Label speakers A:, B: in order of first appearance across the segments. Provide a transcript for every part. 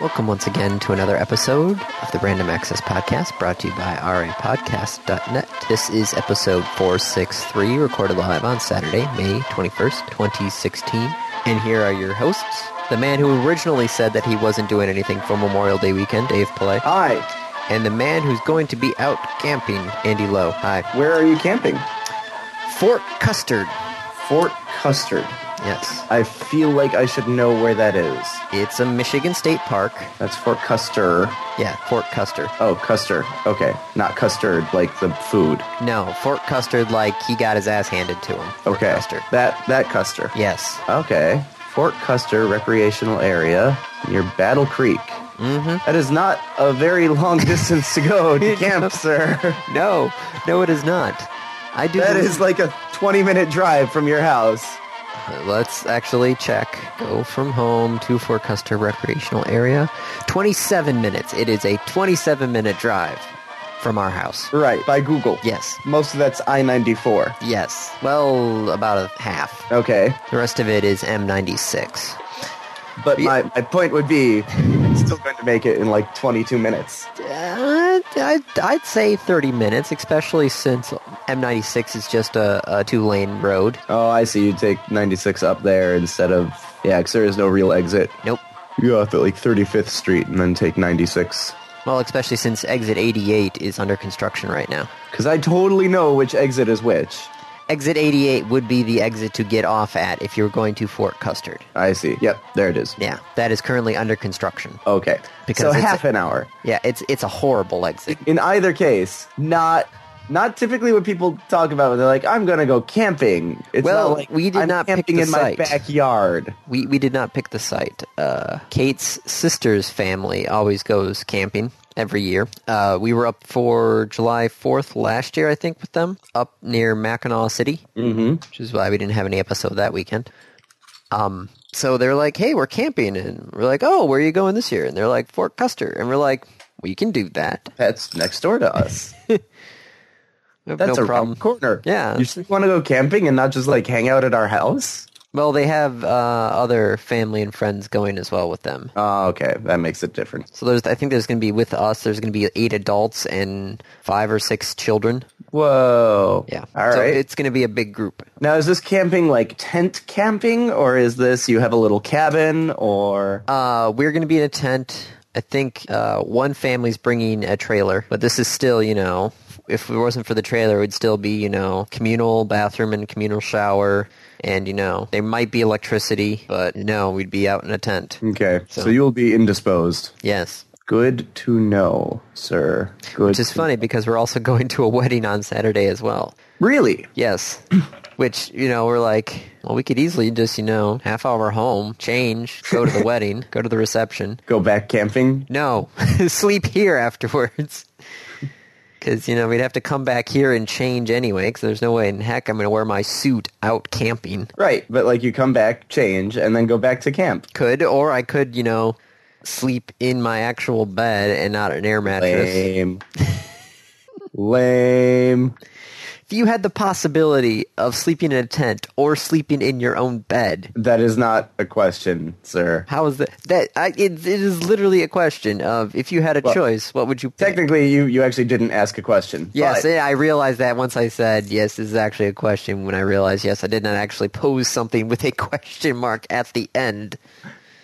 A: Welcome once again to another episode of the Random Access Podcast brought to you by rapodcast.net. This is episode 463, recorded live on Saturday, May 21st, 2016. And here are your hosts the man who originally said that he wasn't doing anything for Memorial Day weekend, Dave Pillay,
B: Hi,
A: and the man who's going to be out camping, Andy Lowe. Hi.
B: where are you camping?
A: Fort Custard.
B: Fort Custard.
A: Yes.
B: I feel like I should know where that is.
A: It's a Michigan State Park.
B: That's Fort Custer.
A: Yeah, Fort Custard.
B: Oh, Custer. Okay, not custard like the food.
A: No, Fort Custard, like he got his ass handed to him. Fort
B: Okay,
A: Custard.
B: that that Custer.
A: Yes.
B: Okay, Fort Custer recreational area near Battle Creek. Mm-hmm. is not a very long distance to go to camp, sir.
A: No, no, it is not. I do.
B: That
A: believe-
B: is like a 20 minute drive from your house.
A: Let's actually check. Go from home to Fort Custer Recreational Area. 27 minutes. It is a 27 minute drive from our house.
B: Right, by Google.
A: Yes.
B: Most of that's I 94.
A: Yes. Well, about a half.
B: Okay.
A: The rest of it is M96.
B: But my, my point would be, I'm still going to make it in like 22 minutes.
A: Uh, I'd, I'd say 30 minutes, especially since M96 is just a, a two lane road.
B: Oh, I see. You take 96 up there instead of. Yeah, because there is no real exit.
A: Nope.
B: You go off at like 35th Street and then take 96.
A: Well, especially since exit 88 is under construction right now.
B: Because I totally know which exit is which.
A: Exit 88 would be the exit to get off at if you're going to Fort Custard.
B: I see. Yep, there it is.
A: Yeah, that is currently under construction.
B: Okay.
A: Because
B: so
A: it's
B: half
A: a-
B: an hour.
A: Yeah, it's it's a horrible exit.
B: In either case, not. Not typically what people talk about when they're like, "I'm gonna go camping." It's
A: Well,
B: not like
A: we did
B: I'm
A: not pick
B: camping
A: the
B: in
A: site.
B: my backyard.
A: We we did not pick the site. Uh, Kate's sister's family always goes camping every year. Uh, we were up for July 4th last year, I think, with them up near Mackinac City, mm-hmm. which is why we didn't have any episode that weekend. Um, so they're like, "Hey, we're camping," and we're like, "Oh, where are you going this year?" And they're like, "Fort Custer," and we're like, "We can do that.
B: That's next door to us.
A: We have
B: That's
A: no
B: a
A: problem."
B: problem. corner.
A: Yeah.
B: You just want to go camping and not just like hang out at our house?
A: Well, they have uh, other family and friends going as well with them.
B: Oh, okay. That makes a difference.
A: So there's, I think there's going to be with us. There's going to be eight adults and five or six children.
B: Whoa.
A: Yeah.
B: All right.
A: so It's going to be a big group.
B: now, is this camping like tent camping or is this you have a little cabin or.
A: Uh, we're going to be in a tent. I think uh, one family's bringing a trailer, but this is still, you know, if it wasn't for the trailer, it would still be, you know, communal bathroom and communal shower, and you know, there might be electricity, but no, we'd be out in a tent.
B: okay. So, you'll be indisposed.
A: Yes.
B: Good to know, sir. Good.
A: Which is funny because we're also going to a wedding on Saturday as well.
B: Really?
A: Yes. Which, you know, we're like, well, we could easily just, you know, half hour home, change, go to the wedding, go to the reception.
B: Go back camping?
A: No, sleep here afterwards. Because, you know, we'd have to come back here and change anyway, because there's no way in heck I'm going to wear my suit out camping.
B: Right. But like you come back, change, and then go back to camp.
A: Could, or I could, you know, sleep in my actual bed and not an air mattress.
B: Lame. Lame.
A: If you had the possibility of sleeping in a tent or sleeping in your own bed,
B: That is not a question, sir.
A: How is that? That I, it, it is literally a question of if you had a choice, what would you pick?
B: Technically, you, you actually didn't ask a question.
A: Yes,
B: but-
A: yeah, I realized that once I said yes. This is actually a question. When I realized yes, I did not actually pose something with a question mark at the end.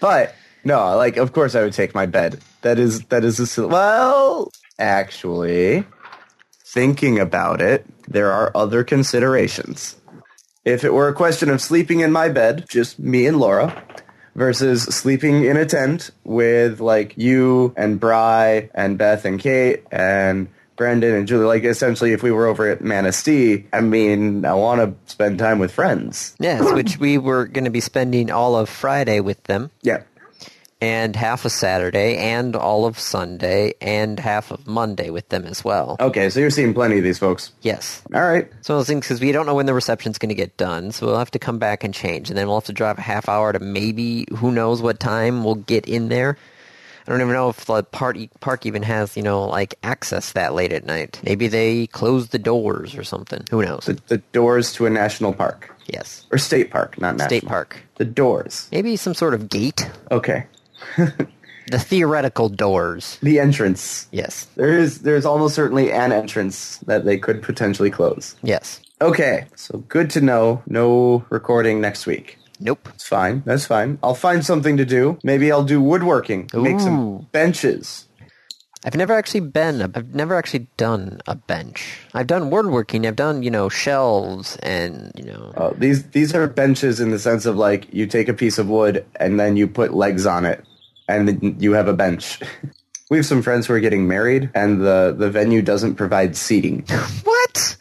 B: But no, like of course I would take my bed. That is that is a sil- well, actually, thinking about it, there are other considerations. If it were a question of sleeping in my bed, just me and Laura, versus sleeping in a tent with like you and Bry and Beth and Kate and Brendan and Julie, like essentially if we were over at Manistee, I mean, I want to spend time with friends.
A: Yes, which we were going to be spending all of Friday with them,
B: Yeah.
A: and half of Saturday, and all of Sunday, and half of Monday with them as well.
B: Okay, so you're seeing plenty of these folks.
A: Yes.
B: All right.
A: It's one of those things because we don't know when the reception's going to get done, so we'll have to come back and change, and then we'll have to drive a half hour to maybe who knows what time we'll get in there. I don't even know if the party park even has you know like access that late at night. Maybe they close the doors or something. Who knows?
B: the, the doors to a national park
A: yes,
B: or state park, not national.
A: state park.
B: The doors.
A: Maybe some sort of gate.
B: Okay.
A: the theoretical doors.
B: The entrance.
A: Yes.
B: There is there's almost certainly an entrance that they could potentially close.
A: Yes.
B: Okay, so good to know. No recording next week.
A: Nope.
B: It's fine. That's fine. I'll find something to do. Maybe I'll do woodworking. Make
A: Ooh.
B: some benches.
A: I've never actually been. I've never actually done a bench. I've done woodworking. I've done you know shelves and you know.
B: Uh, these these are benches in the sense of like you take a piece of wood and then you put legs on it, and then you have a bench. We have some friends who are getting married, and the, the venue doesn't provide seating.
A: What?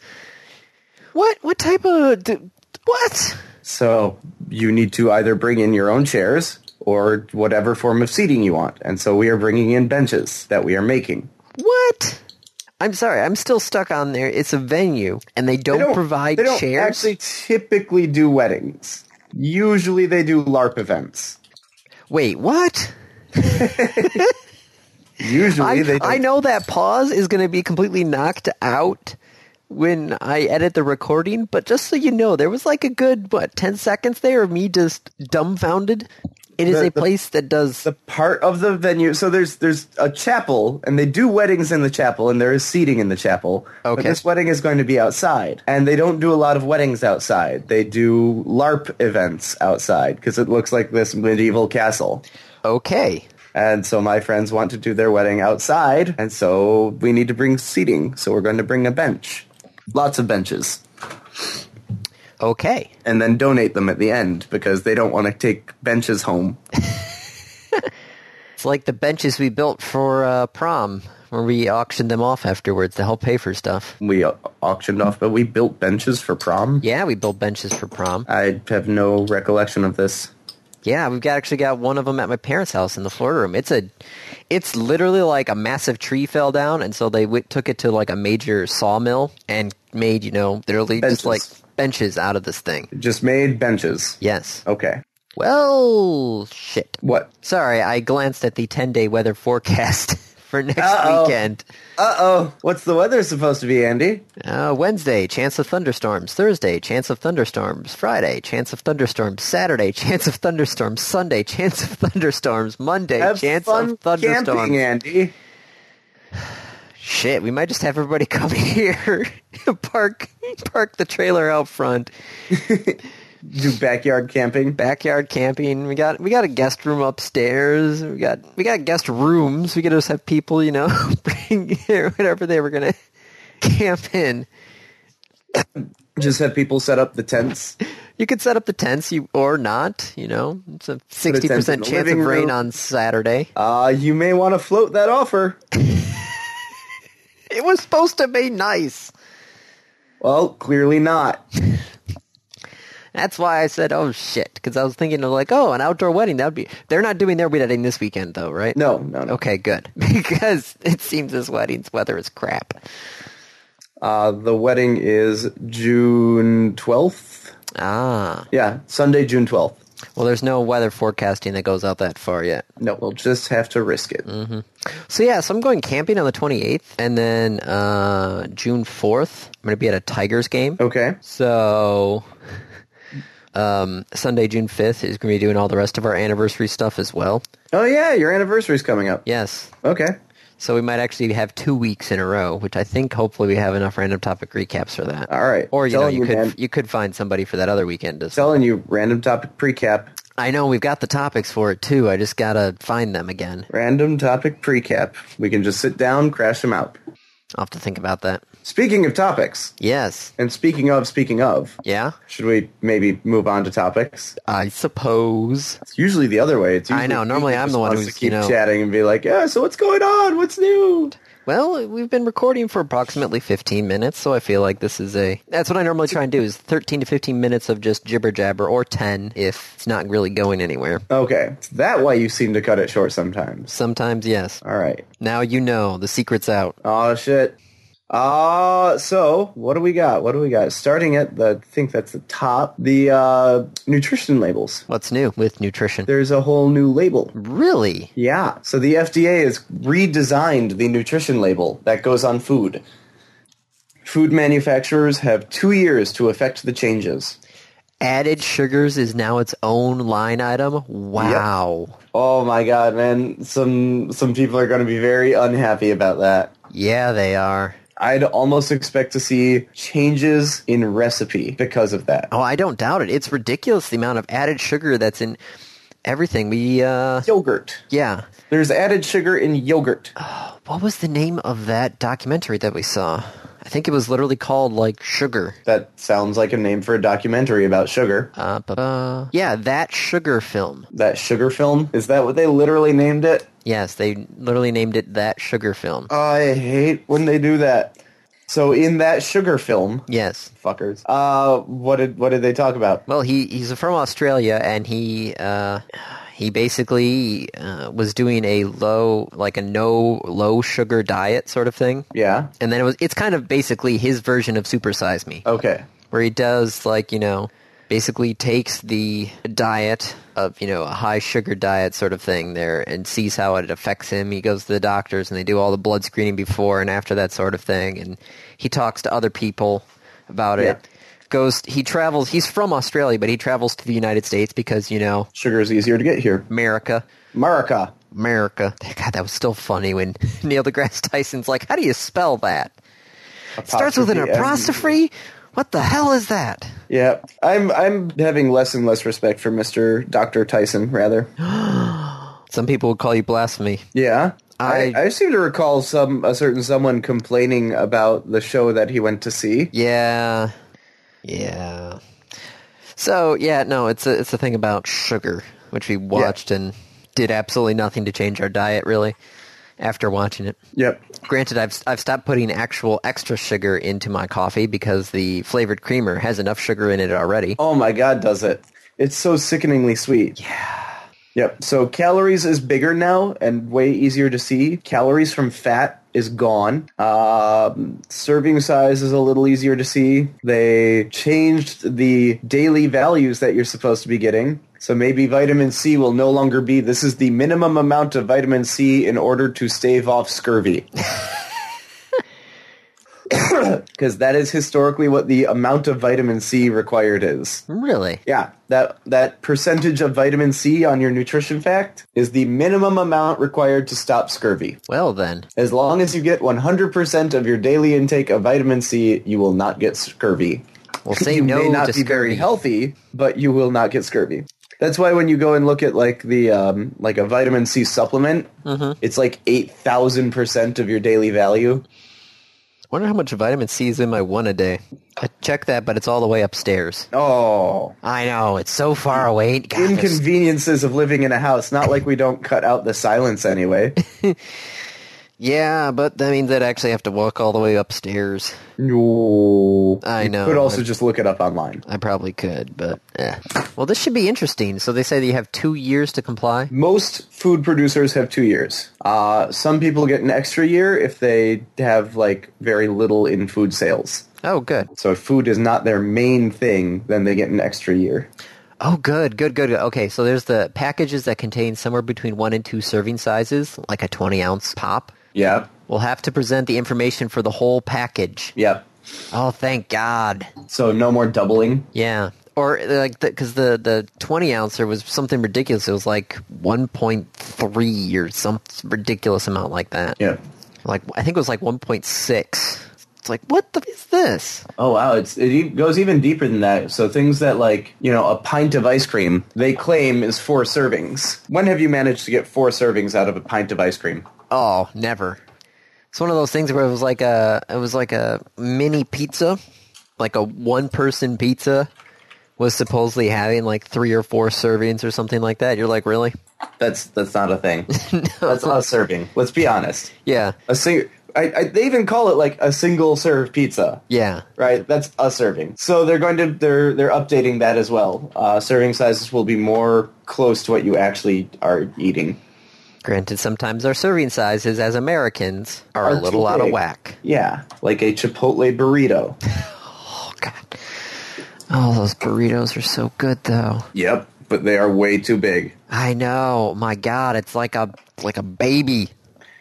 A: What? What type of? d- What?
B: So you need to either bring in your own chairs or whatever form of seating you want. And so we are bringing in benches that we are making.
A: What? I'm sorry. I'm still stuck on there. It's a venue, and they don't, provide
B: they don't
A: chairs.
B: actually typically do weddings. Usually they do LARP events.
A: Wait, what?
B: Usually
A: I,
B: they do.
A: I know that pause is going to be completely knocked out when I edit the recording, but just so you know, there was like a good, what, 10 seconds there of me just dumbfounded. It is
B: The-
A: a
B: the-
A: place that does.
B: the part of the venue. So there's there's a chapel, and they do weddings in the chapel, and there is seating in the chapel. But
A: Okay.
B: this wedding is going to be outside, and they don't do a lot of weddings outside. They do LARP events outside because it looks like this medieval castle.
A: okay.
B: And so my friends want to do their wedding outside, and so we need to bring seating. So we're going to bring a bench, lots of benches,
A: Okay.
B: and then donate them at the end because they don't want to take benches home.
A: It's like the benches we built for uh, prom, where we auctioned them off afterwards to help pay for stuff.
B: We au- auctioned off, but we built benches for prom.
A: Yeah, we built benches for prom.
B: I have no recollection of this.
A: Yeah, we've got actually got one of them at my parents' house in the Florida room. It's a, it's literally like a massive tree fell down, and so they w- took it to like a major sawmill and made you know literally just
B: Benches.
A: like benches out of this thing.
B: Just made benches.
A: Yes.
B: Okay.
A: Well, shit.
B: What?
A: Sorry, I glanced at the ten-day weather forecast for next
B: Uh-oh.
A: weekend.
B: Uh oh. What's the weather supposed to be, Andy?
A: Uh, Wednesday, chance of thunderstorms. Thursday, chance of thunderstorms. Friday, chance of thunderstorms. Saturday, chance of thunderstorms. Sunday, chance of thunderstorms. Monday,
B: Have
A: chance
B: fun
A: of thunderstorms.
B: camping, Andy.
A: Shit, we might just have everybody come here, park park the trailer out front,
B: Do backyard camping.
A: backyard camping. We got we got a guest room upstairs. We got we got guest rooms. We could just have people, you know, bring here whatever they were gonna camp in.
B: Just have people set up the tents.
A: You could set up the tents, you or not. You know, it's a
B: tent
A: sixty
B: in the
A: percent chance of
B: living
A: rain
B: room.
A: on Saturday.
B: Uh, you may want to float that offer.
A: It was supposed to be nice.
B: Well, clearly not.
A: That's why I said, "Oh shit," because I was thinking of like, "Oh, an outdoor wedding." That would be. They're not doing their wedding this weekend, though, right?
B: No, no, no.
A: Okay, good. Because it seems this wedding's weather is crap.
B: Uh, the wedding is June 12th.
A: Ah.
B: Yeah, Sunday, June 12th.
A: Well, there's no weather forecasting that goes out that far yet.
B: No, we'll just have to risk it.
A: Mm-hmm. So, yeah, so I'm going camping on the 28th, and then uh, June 4th, I'm going to be at a Tigers game.
B: Okay.
A: So, um, Sunday, June 5th is going to be doing all the rest of our anniversary stuff as well.
B: Oh, yeah, your anniversary's coming up.
A: Yes.
B: Okay.
A: So, we might actually have two weeks in a row, which I think hopefully we have enough random topic recaps for that.
B: All right.
A: Or, you know,
B: Telling
A: you,
B: you,
A: could
B: man.
A: you could find somebody for that other weekend as
B: Telling you, random topic precap.
A: I know we've got the topics for it too. I just gotta find them again.
B: Random topic precap. We can just sit down, crash them out.
A: I'll have to think about that.
B: Speaking of topics,
A: Yes.
B: and speaking of, speaking of,
A: Yeah.
B: should we maybe move on to topics?
A: I suppose.
B: It's usually the other way. It's
A: I
B: usually
A: know,
B: he
A: normally I'm
B: just
A: the one
B: wants
A: who's,
B: to
A: you
B: keep
A: know-
B: chatting and be like, "Yeah, so what's going on? What's new?"
A: Well, we've been recording for approximately 15 minutes, so I feel like this is a. That's what I normally try and do is 13 to 15 minutes of just jibber jabber, or 10 if it's not really going anywhere.
B: Okay, it's that way you seem to cut it short sometimes.
A: Sometimes, yes.
B: All right.
A: Now you know the secret's out.
B: Oh shit. Uh so what do we got? What do we got? Starting at the I think that's the top. The uh, nutrition labels.
A: What's new with nutrition?
B: There's a whole new label.
A: Really?
B: Yeah. So the FDA has redesigned the nutrition label that goes on food. Food manufacturers have two years to effect the changes.
A: Added sugars is now its own line item. Wow.
B: Oh my god, man. Some some people are going to be very unhappy about that.
A: Yeah, they are.
B: I'd almost expect to see changes in recipe because of that.
A: Oh, I don't doubt it. It's ridiculous the amount of added sugar that's in everything. We uh
B: Yogurt.
A: yeah.
B: There's added sugar in yogurt.
A: What was the name of that documentary that we saw? I think it was literally called like Sugar.
B: That sounds like a name for a documentary about sugar.
A: Uh, bu- bu- yeah, that Sugar film.
B: That sugar film? Is that what they literally named it?
A: Yes, they literally named it that Sugar film.
B: I hate when they do that. So in that sugar film,
A: Yes.
B: fuckers. Uh what did what did they talk about?
A: Well, he he's from Australia, and he uh, he basically uh, was doing a low, like a no low sugar diet sort of thing.
B: Yeah.
A: And then it was it's kind of basically his version of Super Size Me,
B: Okay.
A: where he does like you know basically takes the diet of you know a high sugar diet sort of thing there and sees how it affects him he goes to the doctors and they do all the blood screening before and after that sort of thing and he talks to other people about it goes he travels he's from australia but he travels to the united states because you know
B: Sugar is easier to get here.
A: america
B: America.
A: america god that was still funny when neil degrasse tyson's like how do you spell that it starts with an apostrophe what the hell is that
B: Yeah, I'm I'm having less and less respect for Mr. Dr. Tyson rather.
A: some people would call you blasphemy
B: Yeah.
A: I-
B: I, I seem to recall some a certain someone complaining about the show that he went to see.
A: Yeah, yeah. So yeah, no, it's a it's a thing about sugar, which we watched and did absolutely nothing to change our diet really after watching it.
B: Yep.
A: Granted, I've I've stopped putting actual extra sugar into my coffee because the flavored creamer has enough sugar in it already.
B: Oh my god, does it. It's so sickeningly sweet. Yeah. Yep. So calories is bigger now and way easier to see. Calories from fat is gone. Um, serving size is a little easier to see. They changed the daily values that you're supposed to be getting. So maybe vitamin C will no longer be this is the minimum amount of vitamin C in order to stave off scurvy. Because that is historically what the amount of vitamin C required is.
A: Really?
B: Yeah, that that percentage of vitamin C on your nutrition fact is the minimum amount required to stop scurvy.
A: Well then,
B: As long as you get 100% of your daily intake of vitamin C, you will not get scurvy.
A: Well, say
B: you
A: no
B: may not
A: to
B: be very
A: scurvy.
B: healthy, but you will not get scurvy. That's why when you go and look at like the um, like a vitamin C supplement,
A: Mm-hmm.
B: it's like 8,000% of your daily value.
A: wonder how much vitamin C is in my one a day. I checked that, but it's all the way upstairs.
B: Oh,
A: I know it's so far away. God, there's-
B: inconveniences of living in a house. Not like we don't cut out the silence anyway.
A: Yeah, but that means I'd actually have to walk all the way upstairs.
B: No.
A: I
B: You
A: know,
B: Could also
A: but-
B: just look it up online.
A: I probably could, but eh. well, this should be interesting. So they say that you have two years to comply.
B: Most food producers have two years. Uh, some people get an extra year if they have like very little in food sales.
A: Oh, good.
B: So if food is not their main thing, then they get an extra year.
A: Oh, good, good, good, good. Okay, so there's the packages that contain somewhere between one and two serving sizes, like a 20 ounce pop.
B: Yeah.
A: We'll have to present the information for the whole package.
B: Yeah.
A: Oh, thank God.
B: So no more doubling.
A: Yeah. Or like because the, the twenty ouncer was something ridiculous. It was like one point three or some ridiculous amount like that.
B: Yeah.
A: Like I think it was like one point six. It's like what the f- is this?
B: Oh wow, it's it e- goes even deeper than that. So things that like, you know, a pint of ice cream, they claim is four servings. When have you managed to get four servings out of a pint of ice cream?
A: Oh, never. It's one of those things where it was like a it was like a mini pizza, like a one person pizza was supposedly having like three or four servings or something like that. You're like, really?
B: That's that's not a thing. That's not a serving. Let's be honest.
A: Yeah,
B: A sing- I, I, they even call it like a single serve pizza.
A: yeah.
B: Right, that's a serving. So they're going to they're they're updating that as well. Uh, serving sizes will be more close to what you actually are eating.
A: Granted, sometimes our serving sizes as Americans are, a
B: Are too
A: little out of
B: big.
A: whack.
B: Yeah, like a Chipotle burrito.
A: Oh god. Oh, those burritos are so good though.
B: yep, but they are way too big.
A: I know. My god, it's like a like a baby.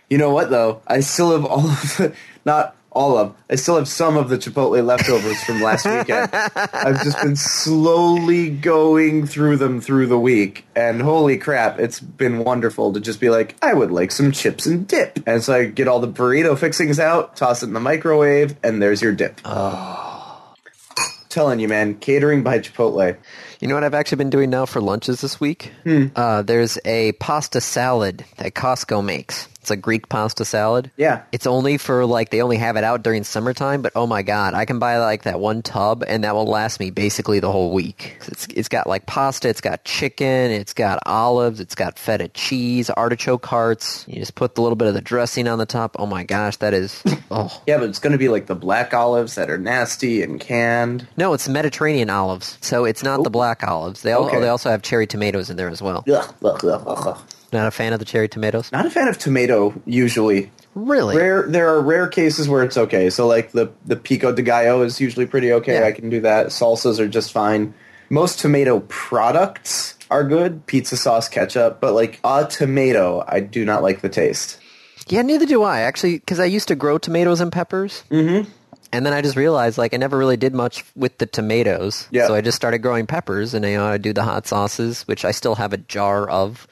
B: You know what though? I still have all of the, not all of. I still have some of the Chipotle leftovers from last weekend. I've just been slowly going through them through the week, and holy crap, it's been wonderful to just be like, I would like some chips and dip. And so I get all the burrito fixings out, toss it in the microwave, and there's your dip. Oh. Telling you, man, catering by Chipotle.
A: You know what I've actually been doing now for lunches this week?
B: Hmm.
A: Uh, there's a pasta salad that Costco makes. It's a Greek pasta salad.
B: Yeah.
A: It's only for like they only have it out during summertime, but oh my god, I can buy like that one tub and that will last me basically the whole week. It's it's got like pasta, it's got chicken, it's got olives, it's got feta cheese, artichoke hearts. You just put a little bit of the dressing on the top. Oh my gosh, that is oh.
B: Yeah, but it's going to be like the black olives that are nasty and canned.
A: No, it's Mediterranean olives. So it's not the black olives. They all,
B: Okay.
A: they also have cherry tomatoes in there as well.
B: Ugh, ugh, ugh, ugh, ugh.
A: Not a fan of the cherry tomatoes?
B: Not a fan of tomato usually.
A: Really?
B: Rare, there are rare cases where it's okay. So like the the pico de gallo is usually pretty okay.
A: Yeah.
B: I can do that. Salsas are just fine. Most tomato products are good. Pizza sauce, ketchup, but like a tomato, I do not like the taste.
A: Yeah, neither do I actually, because I used to grow tomatoes and peppers. Mm-hmm. And then I just realized, like, I never really did much with the tomatoes.
B: Yeah.
A: So I just started growing peppers, and you know, I do the hot sauces, which I still have a jar of.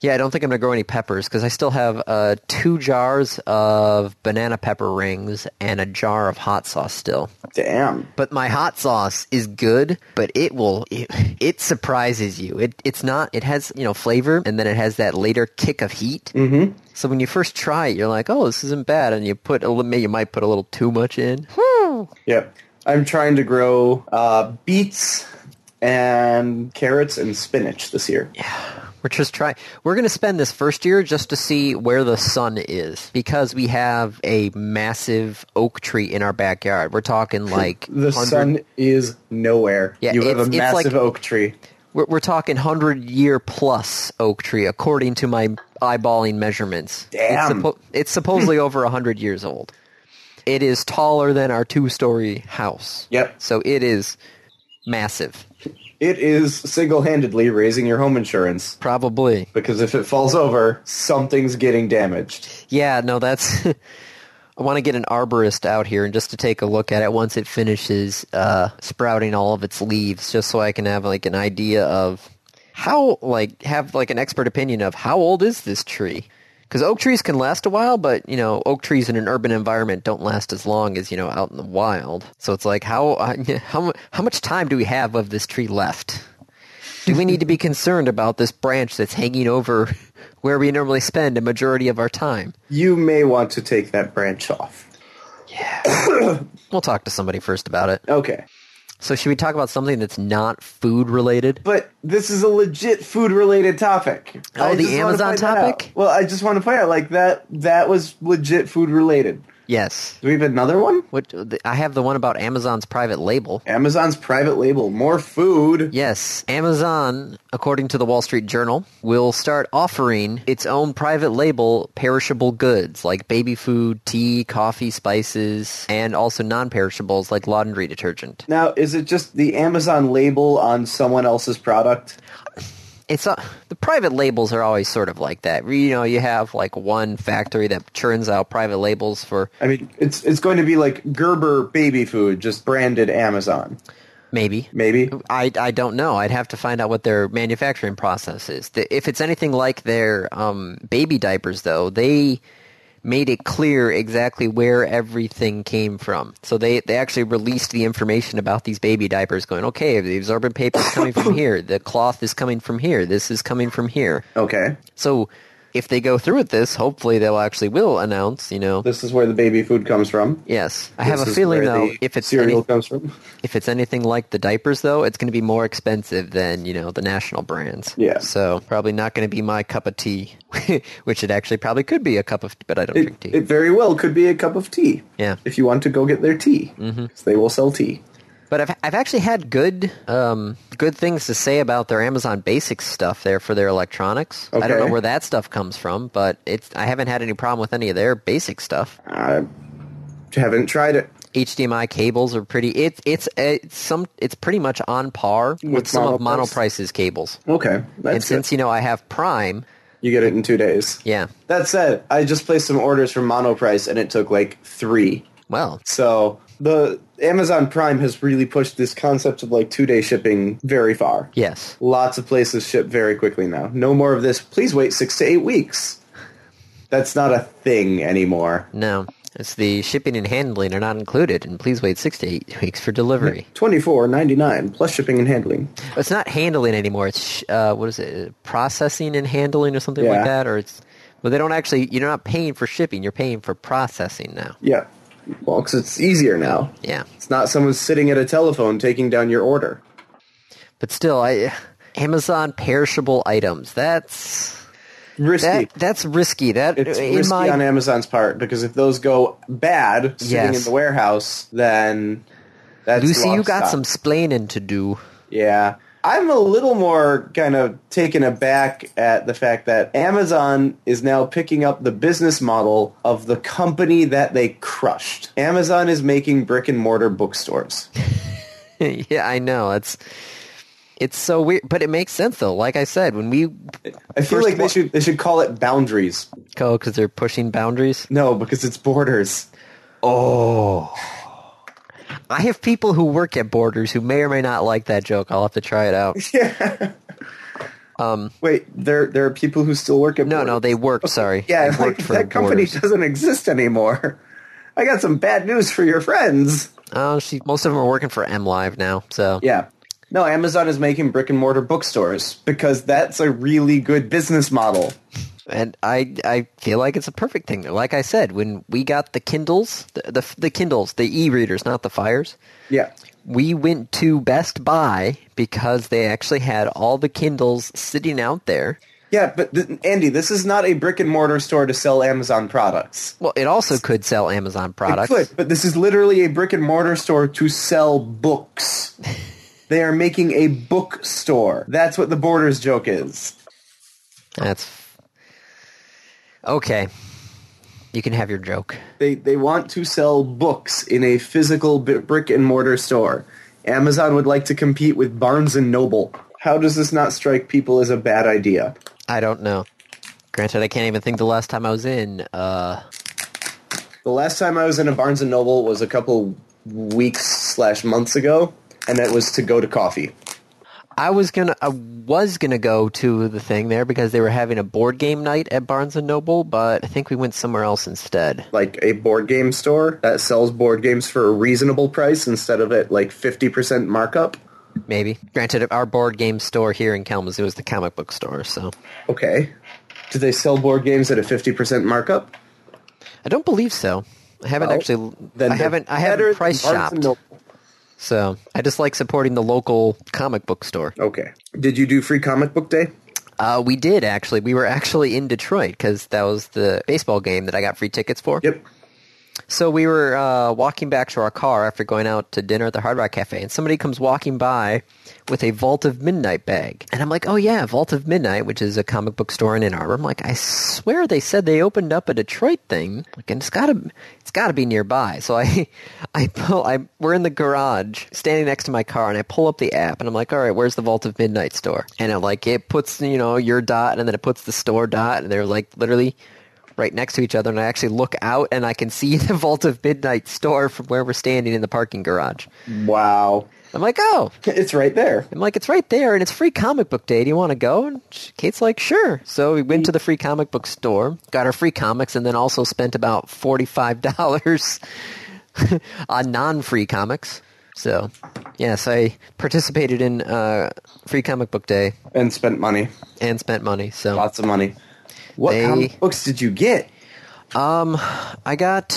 A: Yeah, I don't think I'm gonna grow any peppers because I still have uh, two jars of banana pepper rings and a jar of hot sauce still.
B: Damn.
A: But my hot sauce is good, but it will it, it surprises you. It it's not it has, you know, flavor and then it has that later kick of heat. Mm-hmm. So when you first try it, you're like, "Oh, this isn't bad." And you put a little maybe you might put a little too much in.
B: Yep. I'm trying to grow uh, beets and carrots and spinach this year.
A: We're just trying. We're going to spend this first year just to see where the sun is because we have a massive oak tree in our backyard. We're talking like
B: The
A: 100
B: sun is nowhere.
A: Yeah,
B: you have
A: it's-
B: a
A: it's like-
B: massive oak tree.
A: We're, we're talking hundred year plus oak tree, according to my eyeballing measurements. It's,
B: Damn.
A: suppo- it's supposedly over hundred years old. It is taller than our two story house.
B: Yep.
A: So it is massive,
B: It is single-handedly raising your home insurance
A: probably.
B: because if it falls over, something's getting damaged.
A: Yeah. No, that's. I want to get an arborist out here and just to take a look at it once it finishes uh, sprouting all of its leaves, just so I can have like an idea of how like have like an expert opinion of how old is this tree? Because oak trees can last a while, but you know oak trees in an urban environment don't last as long as you know out in the wild. So it's like how how mu- how much time do we have of this tree left? Do we need to be concerned about this branch that's hanging over where we normally spend a majority of our time?
B: You may want to take that branch off.
A: We'll talk to somebody first about it.
B: Okay.
A: So should we talk about something that's not food related?
B: But this is a legit food-related topic.
A: Oh, the
B: just wanna
A: Amazon
B: point that out.
A: topic?
B: Well, I just want to point out, like, that that was legit food-related.
A: Yes.
B: Do we have another one?
A: What the- I have the one about Amazon's private label.
B: Amazon's private label, more food.
A: Yes, Amazon, according to the Wall Street Journal, will start offering its own private label perishable goods like baby food, tea, coffee, spices, and also non-perishables like laundry detergent.
B: Now, is it just the Amazon label on someone else's product?
A: it's uh, the private labels are always sort of like that. You know, you have like one factory that churns out private labels for
B: I mean, it's it's going to be like Gerber baby food, just branded Amazon.
A: maybe.
B: Maybe
A: I, I don't know. I'd have to find out what their manufacturing process is. The- If it's anything like their um, baby diapers, though, they made it clear exactly where everything came from. So they, they actually released the information about these baby diapers going, okay, the absorbent paper is coming from here. The cloth is coming from here. This is coming from here.
B: okay.
A: So if they go through with this, hopefully they'll actually will announce, you know.
B: This is where the baby food comes from.
A: Yes, I have
B: This
A: a
B: is
A: feeling
B: where
A: though
B: the
A: if it's
B: cereal
A: any,
B: comes from.
A: if it's anything like the diapers though, it's going to be more expensive than, you know, the national brands.
B: Yeah.
A: So, probably not going to be my cup of tea, which it actually probably could be a cup of but I don't drink
B: It,
A: tea.
B: it very well could be a cup of tea.
A: Yeah.
B: If you want to go get their tea, mm-hmm. they will sell tea.
A: But I've I've actually had good um, good things to say about their Amazon Basics stuff there for their electronics. I don't
B: Okay.
A: know where that stuff comes from, but it's I haven't had any problem with any of their basic stuff.
B: I haven't tried it.
A: HDMI cables are pretty. It's it's uh, it's some it's pretty much on par with,
B: With
A: some of
B: Monoprice?
A: Monoprice's cables.
B: Okay,
A: and
B: that's good.
A: since you know I have Prime,
B: You get it in two days.
A: Yeah.
B: That said, I just placed some orders from Monoprice and it took like three.
A: Well,
B: So the Amazon Prime has really pushed this concept of like two day shipping very far.
A: yes.
B: Lots of places ship very quickly now. No more of this. Please wait six to eight weeks. That's not a thing anymore.
A: No. It's the shipping and handling are not included, and please wait six to eight weeks for delivery.
B: Twenty four ninety nine plus shipping and handling.
A: It's not handling anymore. It's sh- uh, what is it? Processing and handling, or something like
B: Yeah.
A: that, or it's. But they don't actually. You're not paying for shipping. You're paying for processing now.
B: Yeah. Well, 'cause it's easier now.
A: Yeah,
B: It's not someone sitting at a telephone taking down your order.
A: but still, I Amazon perishable items. That's
B: Risky.
A: that. That's risky. That
B: it's
A: in
B: risky
A: my
B: on Amazon's part because if those go bad sitting
A: Yes.
B: in the warehouse, then that's
A: Lucy, you
B: lost
A: got
B: stock.
A: some splaining to do.
B: Yeah. I'm a little more kind of taken aback at the fact that Amazon is now picking up the business model of the company that they crushed. Amazon is making brick and mortar bookstores.
A: yeah, I know. It's it's so weird, but it makes sense though. Like I said, when we
B: I feel
A: First
B: like they
A: one-
B: should they should call it boundaries.
A: go because they're pushing boundaries.
B: No, because it's borders.
A: Oh. I have people who work at Borders who may or may not like that joke. I'll have to try it out.
B: Wait, there there are people who still work at
A: No, no,
B: Borders.
A: they worked. Sorry, they
B: Yeah, like,
A: worked for
B: that company
A: Borders.
B: doesn't exist anymore. I got some bad news for your friends.
A: Oh, she, most of them are working for M Live now. So
B: Yeah. No, Amazon is making brick and mortar bookstores because that's a really good business model.
A: and I I feel like it's a perfect thing. Like I said, when we got the Kindles, the the, the Kindles, the e-readers, not the fires.
B: Yeah.
A: We went to Best Buy because they actually had all the Kindles sitting out there.
B: Yeah, but th- Andy, this is not a brick and mortar store to sell Amazon products.
A: Well, it also could sell Amazon products.
B: Good, but this is literally a brick and mortar store to sell books. they are making a bookstore. That's what the Borders joke is.
A: That's okay. You can have your joke.
B: They they want to sell books in a physical b- brick and mortar store. Amazon would like to compete with Barnes and Noble. How does this not strike people as a bad idea?
A: I don't know. Granted, I can't even think the last time I was in. Uh,
B: The last time I was in a Barnes and Noble was a couple weeks slash months ago, and it was to go to coffee.
A: I was gonna, I was gonna go to the thing there because they were having a board game night at Barnes and Noble, but I think we went somewhere else instead.
B: Like a board game store that sells board games for a reasonable price instead of at like 50% markup.
A: Maybe. Granted, our board game store here in Kalamazoo is the comic book store, so
B: Okay. Do they sell board games at a 50% markup?
A: I don't believe so. I haven't
B: Well,
A: actually.
B: Then
A: I
B: they're
A: haven't. I
B: better
A: haven't
B: than
A: price
B: Barnes
A: shopped.
B: and Noble.
A: So I just like supporting the local comic book store.
B: Okay. Did you do free comic book day?
A: Uh, we did actually. We were actually in Detroit because that was the baseball game that I got free tickets for.
B: Yep.
A: So we were uh, walking back to our car after going out to dinner at the Hard Rock Cafe, and somebody comes walking by with a Vault of Midnight bag, and I'm like, "Oh yeah, Vault of Midnight, which is a comic book store in Ann Arbor." I'm like, "I swear they said they opened up a Detroit thing, like, and it's gotta, it's gotta be nearby." So I, I pull, I we're in the garage, standing next to my car, and I pull up the app, and I'm like, "All right, where's the Vault of Midnight store?" And it like it puts you know your dot, and then it puts the store dot, and they're like literally right next to each other, and I actually look out and I can see the Vault of Midnight store from where we're standing in the parking garage.
B: Wow.
A: I'm like, oh,
B: It's right there.
A: I'm like, it's right there, and it's free comic book day. Do you want to go? And she- Kate's like, sure. So we went to the free comic book store, got our free comics, and then also spent about forty five dollars on non free comics. So, yes, I participated in uh, free comic book day
B: And spent money.
A: and spent money. So
B: Lots of money. What
A: They-
B: comic books did you get?
A: I got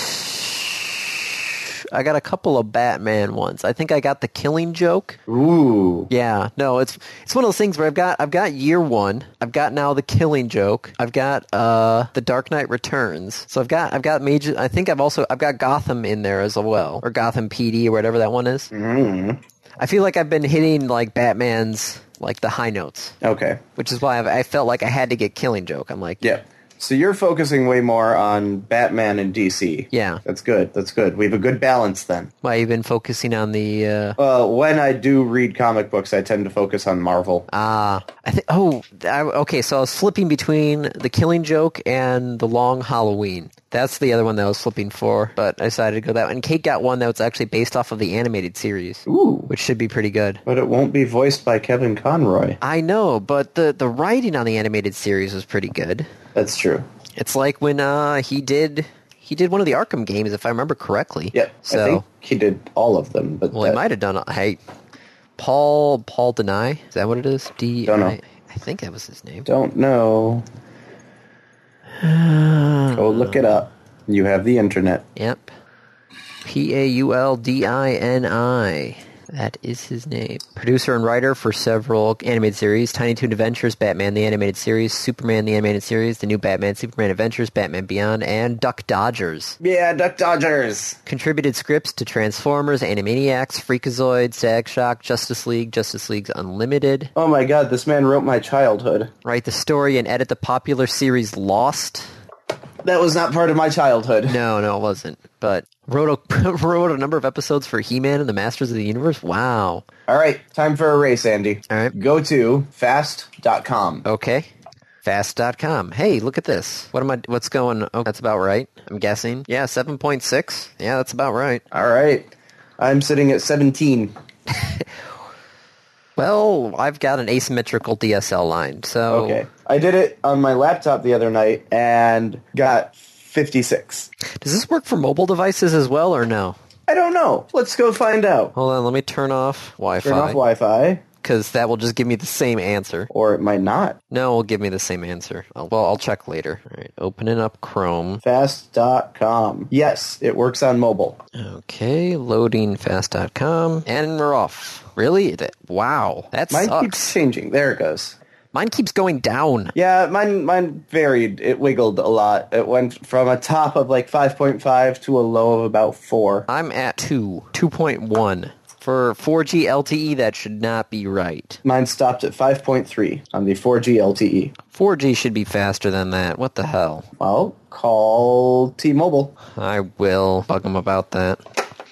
A: I got a couple of Batman ones. I think I got the Killing Joke.
B: Ooh.
A: Yeah, no, it's it's one of those things where I've got I've got Year One. I've got now the Killing Joke. I've got uh the Dark Knight Returns. So I've got I've got major. I think I've also I've got Gotham in there as well, or Gotham PD or whatever that one is. Mm. I feel like I've been hitting like Batman's like the high notes,
B: Okay.
A: which is why I've, I felt like I had to get Killing Joke. I'm like,
B: Yeah. So you're focusing way more on Batman and DC.
A: Yeah.
B: That's good. That's good. We have a good balance then.
A: Why you've been focusing on the uh,
B: Well, when I do read comic books, I tend to focus on Marvel.
A: Ah, I think. Oh, I, okay. So I was flipping between the Killing Joke and the Long Halloween. That's the other one that I was flipping for, but I decided to go that. one. And Kate got one that was actually based off of the animated series,
B: Ooh.
A: which should be pretty good.
B: But it won't be voiced by Kevin Conroy.
A: I know, but the the writing on the animated series was pretty good.
B: That's true.
A: It's like when uh, he did he did one of the Arkham games, if I remember correctly.
B: Yeah.
A: So
B: I think he did all of them, but
A: well,
B: that-
A: he might have done. Hey, Paul Paul Deny is that what it is? D.
B: Don't know.
A: I- I think that was his name.
B: don't know. Go look it up. You have the internet.
A: Yep. P A U L D I N I. That is his name. Producer and writer for several animated series Tiny Toon Adventures, Batman the Animated Series, Superman the Animated Series, The New Batman, Superman Adventures, Batman Beyond, and Duck Dodgers.
B: Yeah, Duck Dodgers.
A: Contributed scripts to Transformers, Animaniacs, Freakazoid, Sag Shock, Justice League, Justice League's Unlimited.
B: Oh my god, this man wrote my childhood.
A: Write the story and edit the popular series Lost.
B: That was not part of my childhood.
A: No, no, it wasn't. But wrote a, wrote a number of episodes for He-Man and the Masters of the Universe. Wow.
B: All right, time for a race, Andy.
A: All right.
B: Go to fast.com.
A: Okay. Fast.com. Hey, look at this. What am I? What's going? Oh, that's about right. I'm guessing. Yeah, seven point six. Yeah, that's about right.
B: All right. I'm sitting at 17.
A: Well, I've got an asymmetrical DSL line, so
B: Okay. I did it on my laptop the other night and got 56.
A: does this work for mobile devices as well or no?
B: I don't know. Let's go find out.
A: Hold on, let me turn off
B: Turn off
A: Wi-Fi
B: Wi-Fi,
A: because that will just give me the same answer.
B: or it might not.
A: No, it'll give me the same answer. Oh, well, I'll check later. All right, opening up Chrome.
B: Fast.com. Yes, it works on mobile.
A: Okay, loading fast.com, and we're off. Really? That, wow, that
B: Mine
A: sucks.
B: keeps changing. There it goes.
A: Mine keeps going down.
B: Yeah, mine mine varied. It wiggled a lot. It went from a top of like 5.5 to a low of about 4.
A: I'm at 2, 2.1. For 4G LTE, E, that should not be right.
B: Mine stopped at 5.3 on the 4G LTE.
A: 4G should be faster than that. What the hell?
B: Well, call T-Mobile.
A: I will bug them about that.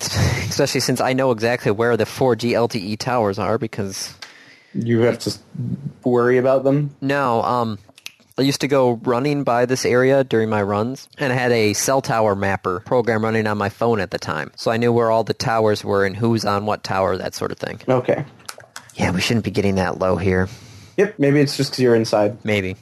A: Especially since I know exactly where the 4G LTE E towers are because
B: You have to s- worry about them.
A: No, um, I used to go running by this area during my runs, and I had a cell tower mapper program running on my phone at the time, so I knew where all the towers were and who's on what tower, that sort of thing.
B: Okay.
A: Yeah, we shouldn't be getting that low here.
B: Yep, maybe it's just because you're inside.
A: Maybe.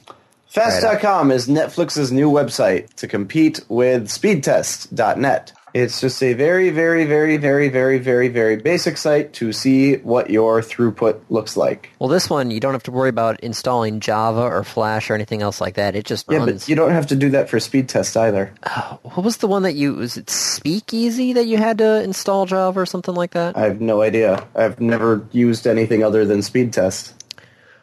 B: Fast.com is Netflix's new website to compete with speedtest.net. It's just a very, very, very, very, very, very, very basic site to see what your throughput looks like.
A: Well, this one you don't have to worry about installing Java or Flash or anything else like that. It just
B: Yeah,
A: runs.
B: but you don't have to do that for speed test either.
A: what was the one that you was it Speakeasy that you had to install Java or something like that?
B: I have no idea. I've never used anything other than speed test.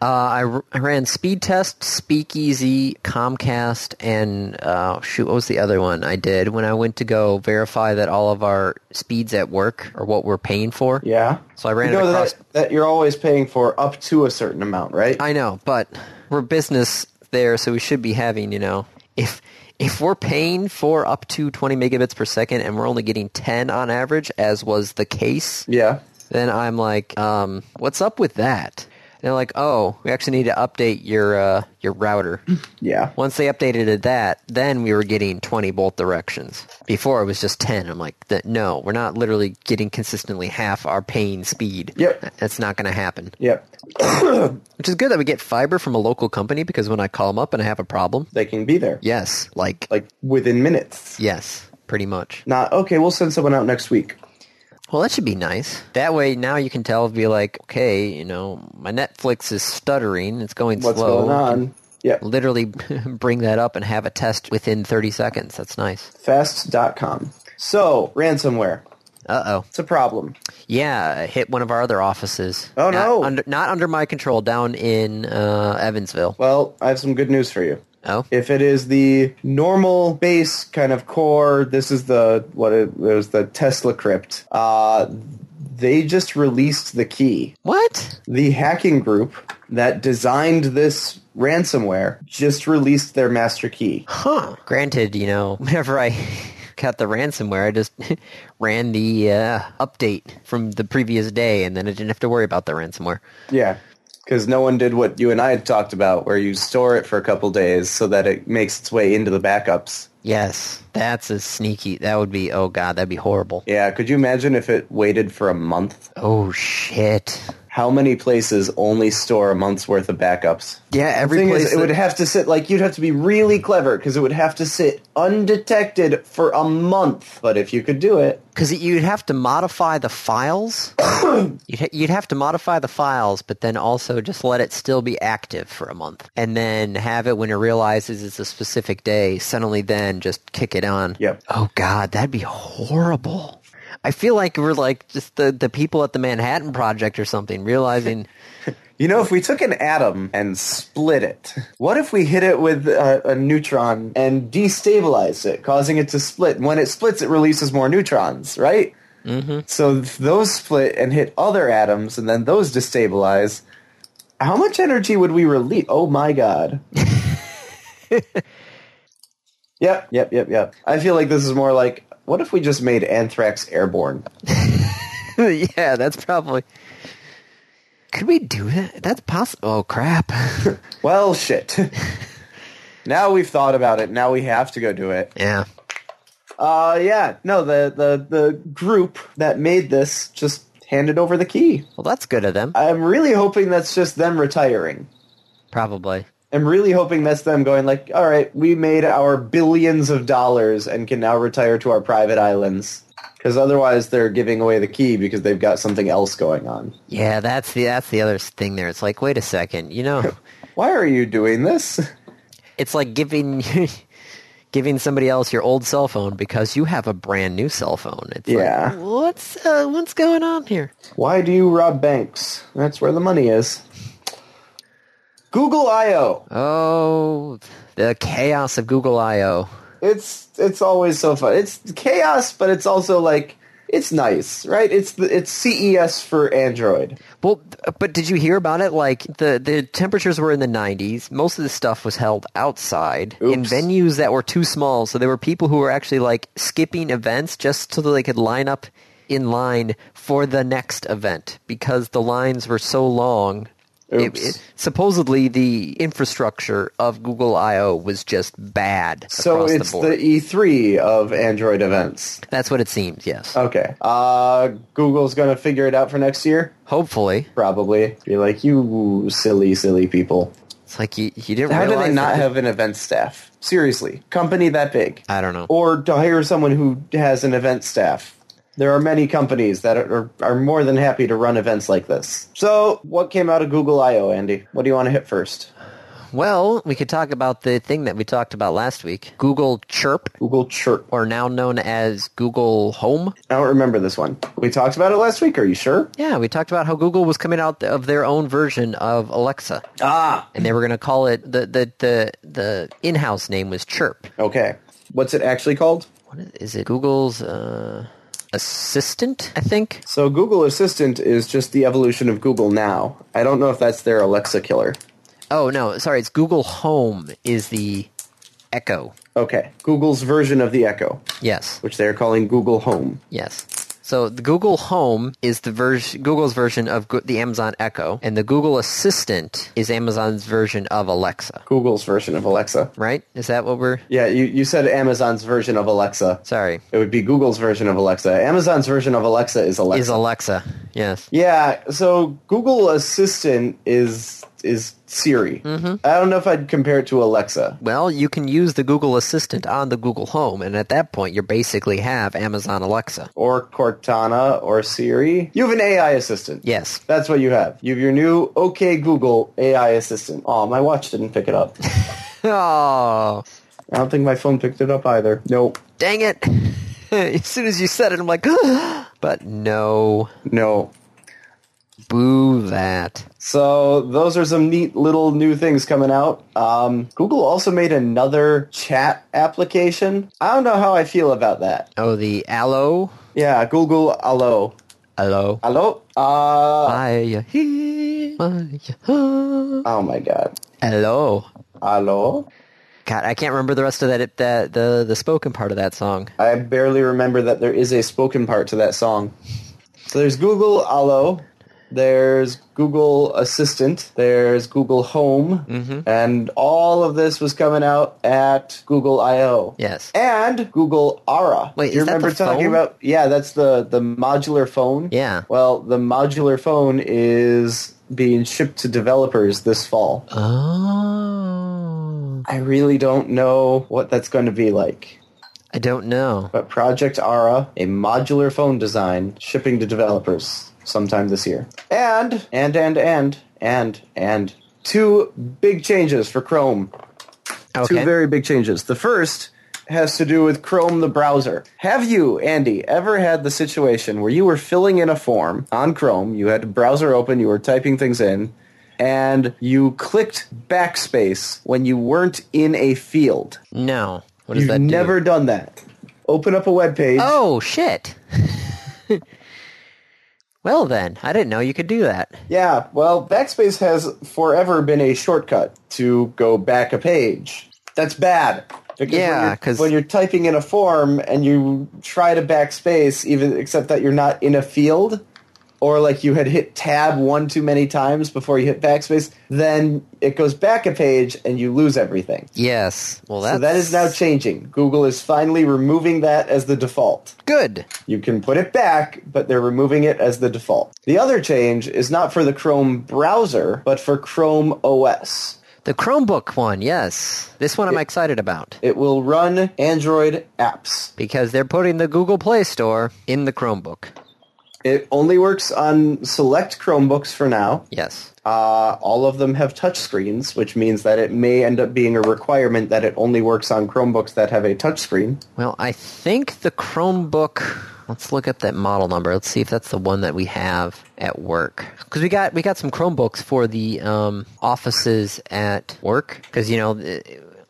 A: Uh, I, r- I ran Speed Test, Speakeasy, Comcast, and uh, shoot, what was the other one I did when I went to go verify that all of our speeds at work are what we're paying for?
B: Yeah.
A: So I ran
B: you
A: it
B: know
A: across.
B: That, that you're always paying for up to a certain amount, right?
A: I know, but we're business there, so we should be having, you know, if if we're paying for up to 20 megabits per second and we're only getting 10 on average, as was the case,
B: yeah.
A: Then I'm like, um, what's up with that? And they're like, oh, we actually need to update your uh, your router.
B: Yeah.
A: Once they updated it that, then we were getting 20 both directions. Before it was just 10. I'm like, th- no, we're not literally getting consistently half our paying speed.
B: Yep.
A: That's not going to happen.
B: Yep.
A: Which is good that we get fiber from a local company because when I call them up and I have a problem,
B: They can be there.
A: yes, like,
B: Like within minutes.
A: yes, pretty much.
B: Not okay, we'll send someone out next week.
A: Well, that should be nice. That way, now you can tell, be like, okay, you know, my Netflix is stuttering. It's going
B: What's
A: slow.
B: going on? Yep.
A: Literally bring that up and have a test within 30 seconds. That's nice.
B: Fast.com. So, ransomware.
A: Uh-oh.
B: It's a problem.
A: Yeah, it hit one of our other offices.
B: Oh,
A: Not
B: no.
A: Under, not under my control, down in uh, Evansville.
B: Well, I have some good news for you.
A: Oh,
B: If it is the normal base kind of core, this is the what it, it was the Tesla crypt. Uh, they just released the key.
A: what?
B: The hacking group that designed this ransomware just released their master key.
A: Huh. Granted, you know, whenever I got the ransomware, I just ran the uh, update from the previous day, and then I didn't have to worry about the ransomware.
B: Yeah. Because no one did what you and I had talked about, where you store it for a couple days so that it makes its way into the backups.
A: Yes, that's a sneaky. That would be. Oh god, that'd be horrible.
B: Yeah, could you imagine if it waited for a month?
A: Oh shit.
B: How many places only store a month's worth of backups?
A: Yeah, every
B: thing
A: place
B: is, it
A: that-
B: would have to sit like you'd have to be really clever because it would have to sit undetected for a month. But if you could do it,
A: Because you'd have to modify the files. you'd, ha- you'd have to modify the files, but then also just let it still be active for a month. And then have it when it realizes it's a specific day, suddenly then just kick it on.
B: Yep.
A: Oh, God, that'd be horrible. I feel like we're like just the, the people at the Manhattan Project or something realizing,
B: you know, if we took an atom and split it, what if we hit it with a, a neutron and destabilized it, causing it to split? And when it splits, it releases more neutrons, right? Mm-hmm. So if those split and hit other atoms, and then those destabilize. How much energy would we release? Oh my god. Yep, yep, yep, yep. I feel like this is more like what if we just made anthrax airborne?
A: yeah, that's probably. Could we do that? That's possible. Oh, crap.
B: Well, shit. now we've thought about it. Now we have to go do it.
A: yeah.
B: Uh, yeah. No, the the the group that made this just handed over the key.
A: Well, that's good of them.
B: I'm really hoping that's just them retiring.
A: Probably.
B: I'm really hoping that's them going like, all right, we made our billions of dollars and can now retire to our private islands. Because otherwise, they're giving away the key because they've got something else going on.
A: Yeah, that's the that's the other thing there. It's like, wait a second, you know,
B: Why are you doing this?
A: it's like giving giving somebody else your old cell phone because you have a brand new cell phone. It's like,
B: Yeah.
A: what's uh, what's going on here?
B: Why do you rob banks? That's where the money is. Google I/O.
A: Oh, the chaos of Google I/O.
B: It's it's always so fun. It's chaos, but it's also like it's nice, right? It's the, it's CES for Android.
A: Well, but did you hear about it? Like the the temperatures were in the 90s. Most of the stuff was held outside in
B: Oops.
A: venues that were too small. So there were people who were actually like skipping events just so that they could line up in line for the next event because the lines were so long. It,
B: Oops.
A: it- supposedly, the infrastructure of Google I/O was just bad
B: So
A: across
B: it's
A: the
B: the,
A: board.
B: E3 of Android events.
A: That's what it seems. Yes,
B: Okay. Uh, Google's gonna figure it out for next year,
A: hopefully,
B: probably. Be like, you silly, silly people.
A: it's like you, you didn't.
B: How do they
A: realize
B: not
A: that
B: have an event staff? Seriously, company that big?
A: I don't know.
B: Or to hire someone who has an event staff. There are many companies that are, are more than happy to run events like this. So, what came out of Google I/O, Andy? What do you want to hit first?
A: Well, we could talk about the thing that we talked about last week Google Chirp,
B: Google Chirp.
A: or now known as Google Home.
B: I don't remember this one. We talked about it last week. Are you sure?
A: Yeah, we talked about how Google was coming out of their own version of Alexa,
B: Ah,
A: and they were going to call it the, the, the, the in house name was Chirp.
B: okay. What's it actually called?
A: What is, is it? Google's uh, Assistant, I think.
B: So Google Assistant is just the evolution of Google Now. I don't know if that's their Alexa killer.
A: Oh, no, sorry, it's Google Home is the Echo.
B: Okay, Google's version of the Echo,
A: Yes.
B: which they are calling Google Home.
A: Yes. So the Google Home is the version Google's version of Go- the Amazon Echo, and the Google Assistant is Amazon's version of Alexa.
B: Google's version of Alexa.
A: Right? Is that what we're?
B: Yeah, you, you said Amazon's version of Alexa.
A: Sorry,
B: It would be Google's version of Alexa. Amazon's version of Alexa is Alexa.
A: is Alexa? Yes.
B: yeah, so Google Assistant is is Siri. I don't know if I'd compare it to Alexa.
A: Well, you can use the Google Assistant on the Google Home, and at that point, you basically have Amazon Alexa.
B: or Cortana or Siri. You have an AI assistant.
A: Yes.
B: That's what you have. You have your new OK Google AI assistant. Oh, my watch didn't pick it up.
A: Oh,
B: I don't think my phone picked it up either. Nope.
A: dang it! as soon as you said it, I'm like, but no,
B: No.
A: boo that.
B: So those are some neat little new things coming out. Um, Google also made another chat application. I don't know how I feel about that.
A: Oh, the Allo,
B: Yeah, Google Allo.
A: Allo,
B: Allo? Uh,
A: I. Maya.
B: Oh my god.
A: Hello.
B: Hello?
A: God, I can't remember the rest of that, that the, the spoken part of that song.
B: I barely remember that there is a spoken part to that song. So there's Google Allo, there's Google Assistant, there's Google Home, and all of this was coming out at Google I/O.
A: Yes.
B: And Google Aura.
A: Wait,
B: Do you
A: is that
B: remember
A: the
B: talking
A: phone?
B: about? Yeah, that's the the modular phone.
A: Yeah.
B: Well, the modular phone is being shipped to developers this fall.
A: Oh.
B: I really don't know what that's going to be like.
A: I don't know.
B: but Project Ara, a modular phone design, shipping to developers sometime this year. And, and, and, and, and, and two big changes for Chrome. Two
A: Okay.
B: very big changes. The first has to do with Chrome the browser. Have you, Andy, ever had the situation where you were filling in a form on Chrome, you had browser open, you were typing things in, and you clicked backspace when you weren't in a field?
A: no. What does
B: You've
A: that do?
B: never done that. Open up a web page.
A: Oh shit. well then, I didn't know you could do that.
B: Yeah, well, backspace has forever been a shortcut to go back a page. That's bad. Because when
A: Yeah,
B: you're-
A: 'cause-
B: when you're typing in a form and you try to backspace, even except that you're not in a field, or like you had hit tab one too many times before you hit backspace, then it goes back a page and you lose everything.
A: Yes. Well, that's
B: So that is now changing. Google is finally removing that as the default.
A: good.
B: You can put it back, but they're removing it as the default. The other change is not for the Chrome browser, but for Chrome OS.
A: The Chromebook one, yes. This one I'm excited about
B: It will run Android apps.
A: because they're putting the Google Play Store in the Chromebook.
B: It only works on select Chromebooks for now.
A: Yes.
B: Uh, all of them have touchscreens, which means that it may end up being a requirement that it only works on Chromebooks that have a touchscreen.
A: Well, I think the Chromebook. Let's look up that model number. Let's see if that's the one that we have at work. Because we got we got some Chromebooks for the um, offices at work. Because you know. th-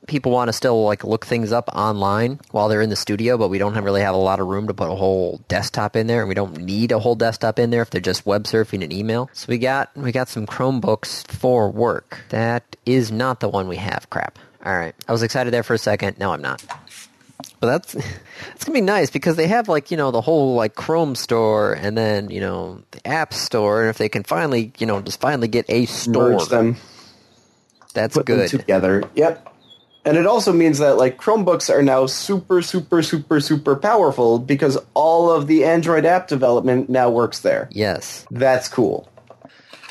A: People want to still like look things up online while they're in the studio, but we don't have- really have a lot of room to put a whole desktop in there, and we don't need a whole desktop in there if they're just web surfing and email. So we got we got some Chromebooks for work. That is not the one we have. Crap. All right, I was excited there for a second. Now I'm not. But that's that's gonna be nice because they have like you know the whole like Chrome store and then you know the App Store and if they can finally you know just finally get a store,
B: Merge them.
A: that's
B: put
A: good.
B: them together. Yep. And it also means that like Chromebooks are now super, super, super, super powerful because all of the Android app development now works there.
A: yes,
B: That's cool.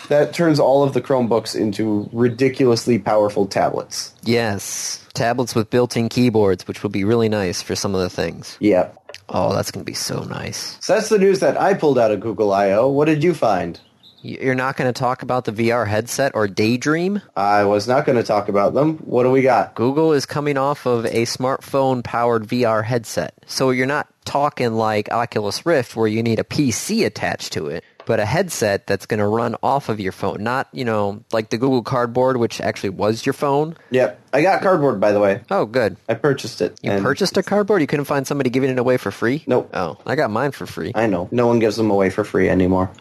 B: That turns all of the Chromebooks into ridiculously powerful tablets.
A: yes, tablets with built-in keyboards, which will be really nice for some of the things.
B: Yep.
A: Oh, that's gonna be so niess
B: So that's the news that I pulled out of Google I/O. What did you find?
A: Y- You're not gonna talk about the VR headset or Daydream.
B: I was not going to talk about them. What do we got?
A: Google is coming off of a smartphone powered VR headset. So you're not talking like Oculus Rift where you need a PC attached to it, but a headset that's going to run off of your phone. Not, you know, like the Google Cardboard, which actually was your phone.
B: Yep. I got cardboard by the way.
A: Oh, good.
B: I purchased it.
A: You purchased a cardboard? You couldn't find somebody giving it away for free?
B: Nope.
A: Oh, I got mine for free.
B: I know. No one gives them away for free anymore.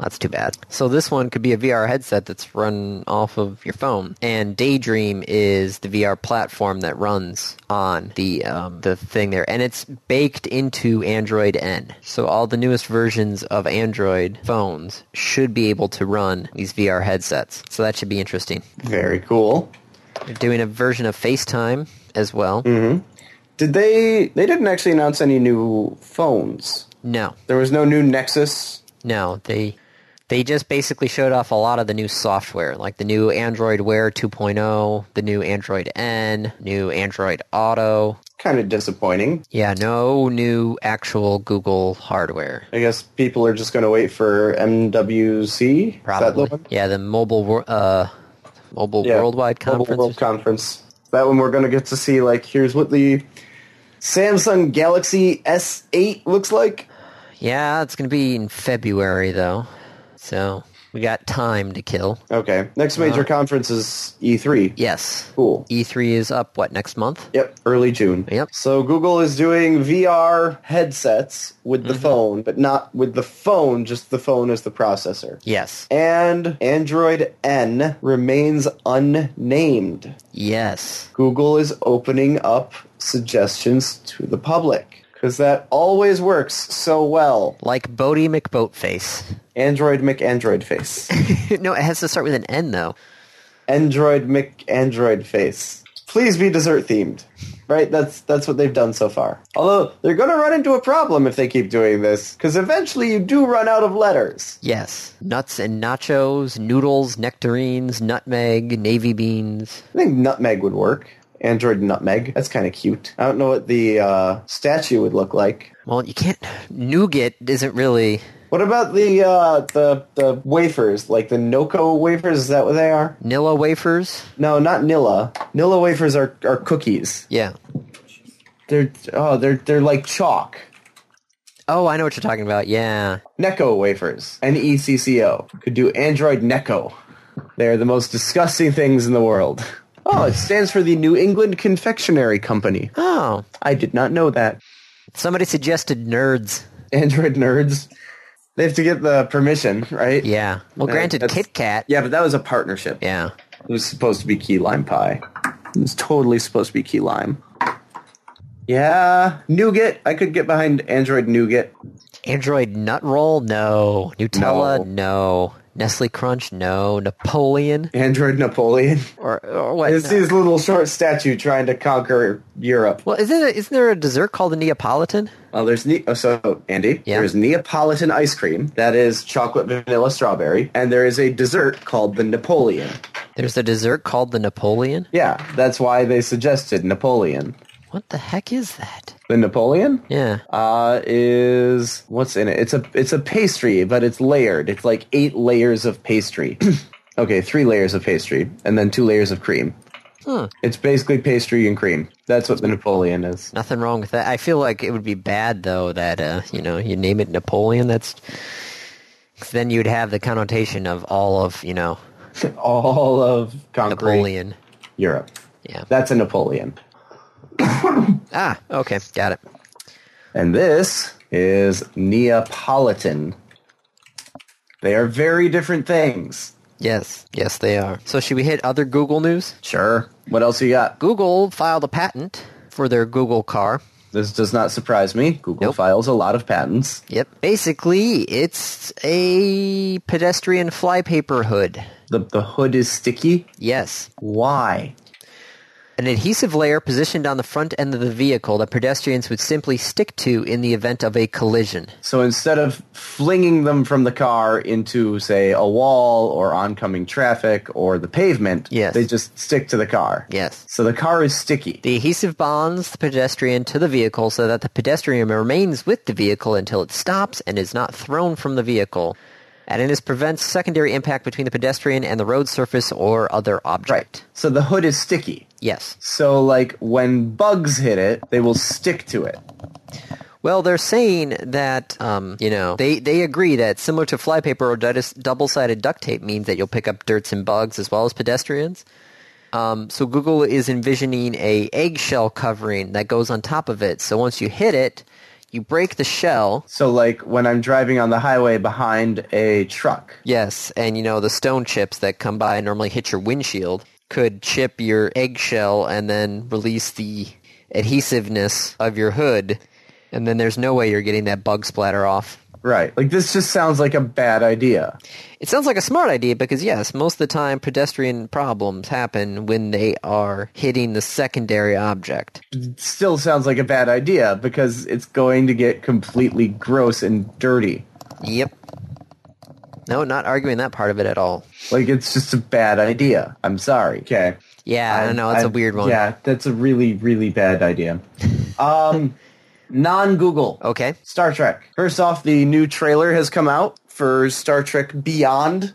A: That's too bad. So this one could be a VR headset that's run off of your phone, and Daydream is the VR platform that runs on the um, the thing there, and it's baked into Android N. So all the newest versions of Android phones should be able to run these VR headsets. So that should be interesting.
B: Very cool.
A: They're doing a version of FaceTime as well.
B: Did they? They didn't actually announce any new phones.
A: No,
B: There was no new Nexus.
A: No, they they just basically showed off a lot of the new software, like the new Android Wear 2.0, the new Android N, new Android Auto.
B: Kind of disappointing.
A: Yeah, no new actual Google hardware.
B: I guess people are just going to wait for MWC. Is that the
A: Probably.
B: one?
A: Yeah, the mobile wor- uh mobile
B: Yeah,
A: worldwide
B: Mobile
A: conference.
B: World Conference. That one we're going to get to see. Like, here's what the Samsung Galaxy S8 looks like.
A: yeah, it's going to be in February though. So, We got time to kill.
B: Okay. Next
A: Uh.
B: major conference is E3.
A: Yes.
B: Cool.
A: E3 is up, what, next month?
B: Yep, early June.
A: Yep.
B: So Google is doing VR headsets with the phone, but not with the phone, just the phone as the processor.
A: Yes.
B: And Android N remains unnamed.
A: Yes.
B: Google is opening up suggestions to the public because that always works so well.
A: Like Bodie McBoatface.
B: Android McAndroid face.
A: no, it has to start with an N, though.
B: Android McAndroid face. Please be dessert themed. Right? That's that's what they've done so far. Although they're going to run into a problem if they keep doing this cuz eventually you do run out of letters.
A: Yes. Nuts and nachos, noodles, nectarines, nutmeg, navy beans.
B: I think nutmeg would work. Android nutmeg. That's kind of cute. I don't know what the uh, statue would look like.
A: Well, you can't. Nougat isn't really.
B: What about the uh, the the wafers? Like the Noco wafers? Is that what they are?
A: Nilla wafers?
B: No, not Nilla. Nilla wafers are, are cookies.
A: Yeah.
B: They're oh they're they're like chalk.
A: Oh, I know what you're talking about. Yeah.
B: Necco wafers. N E C C O. Could do Android Necco. They're the most disgusting things in the world. Oh, it stands for the New England Confectionery Company.
A: Oh.
B: I did not know that.
A: Somebody suggested nerds.
B: Android nerds. They have to get the permission, right?
A: Yeah. Well,
B: Right,
A: granted,
B: that's-
A: Kit Kat.
B: Yeah, but that was a partnership.
A: Yeah.
B: It was supposed to be key lime pie. It was totally supposed to be key lime. Yeah, nougat. I could get behind Android nougat.
A: Android nut roll? No. Nutella?
B: No.
A: No. Nestle Crunch? No. Napoleon?
B: Android Napoleon.
A: Or, or what?
B: It's
A: No.
B: his little short statue trying to conquer Europe.
A: Well, isn't it, isn't there a dessert called a Neapolitan?
B: Well, there's ne- oh, so Andy.
A: Yeah.
B: There's Neapolitan ice cream that is chocolate, vanilla, strawberry, and there is a dessert called the Napoleon.
A: There's a dessert called the Napoleon.
B: Yeah, that's why they suggested Napoleon.
A: What the heck is that?
B: The Napoleon
A: Yeah.
B: uh, is what's in it. It's a it's a pastry, but it's layered. It's like eight layers of pastry. okay, three layers of pastry, and then two layers of cream.
A: Huh.
B: It's basically pastry and cream. That's what the Napoleon is.
A: Nothing wrong with that. I feel like it would be bad though that uh, you know you name it Napoleon. That's 'cause then you'd have the connotation of all of you know
B: All of conquering
A: Napoleon.
B: Europe.
A: Yeah.
B: That's a Napoleon.
A: Ah. Okay. Got it.
B: And this is Neapolitan. They are very different things.
A: Yes. Yes, they are. So should we hit other Google news?
B: Sure. What else you got?
A: Google filed a patent for their Google Car.
B: This does not surprise me. Google
A: Nope.
B: files a lot of patents.
A: Yep. Basically, it's a pedestrian flypaper hood.
B: The, the hood is sticky.
A: Yes.
B: Why?
A: An adhesive layer positioned on the front end of the vehicle that pedestrians would simply stick to in the event of a collision.
B: So instead of flinging them from the car into, say, a wall or oncoming traffic or the pavement,
A: Yes.
B: they just stick to the car.
A: Yes.
B: So the car is sticky.
A: The adhesive bonds the pedestrian to the vehicle so that the pedestrian remains with the vehicle until it stops and is not thrown from the vehicle. And it is prevents secondary impact between the pedestrian and the road surface or other object.
B: right. So the hood is sticky.
A: Yes.
B: So, like, when bugs hit it, they will stick to it.
A: Well, they're saying that um, you know they they agree that similar to flypaper or double sided duct tape means that you'll pick up dirts and bugs as well as pedestrians. Um, so Google is envisioning a eggshell covering that goes on top of it. So once you hit it, you break the shell.
B: So, like, when I'm driving on the highway behind a truck.
A: Yes, and you know the stone chips that come by and normally hit your windshield could chip your eggshell and then release the adhesiveness of your hood, and then there's no way you're getting that bug splatter off.
B: Right. Like, this just sounds like a bad idea.
A: It sounds like a smart idea because, yes, most of the time pedestrian problems happen when they are hitting the secondary object.
B: It still sounds like a bad idea because it's going to get completely gross and dirty.
A: Yep. No, not arguing that part of it at all.
B: Like, it's just a bad idea. I'm sorry. Okay.
A: Yeah, I, don't know. That's
B: a
A: a weird one.
B: Yeah, that's a really, really bad idea. Um, non Google.
A: Okay.
B: Star Trek. First off, the new trailer has come out for Star Trek Beyond,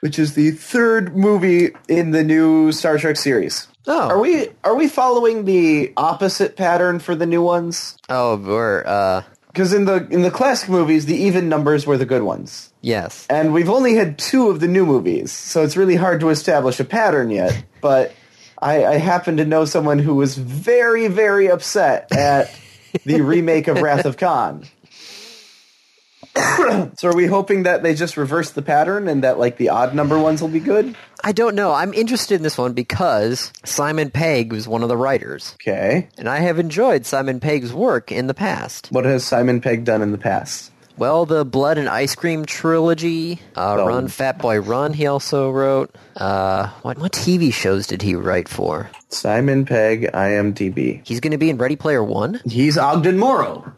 B: which is the third movie in the new Star Trek series.
A: Oh.
B: Are we are we following the opposite pattern for the new ones?
A: Oh, we're, uh,
B: because in the in the classic movies, the even numbers were the good ones,
A: Yes.
B: and we've only had two of the new movies, so it's really hard to establish a pattern yet. But I, I happen to know someone who was very very upset at the remake of Wrath of Khan. so are we hoping that they just reverse the pattern and that like the odd number ones will be good?
A: I don't know. I'm interested in this one because Simon Pegg was one of the writers,
B: Okay.
A: and I have enjoyed Simon Pegg's work in the past.
B: What has Simon Pegg done in the past?
A: Well, the Blood and Ice Cream trilogy, uh,
B: Oh.
A: Run Fat Boy Run, he also wrote. Uh, what, what TV shows did he write for?
B: Simon Pegg, IMDb.
A: He's going to be in Ready Player One?
B: He's Ogden Morrow.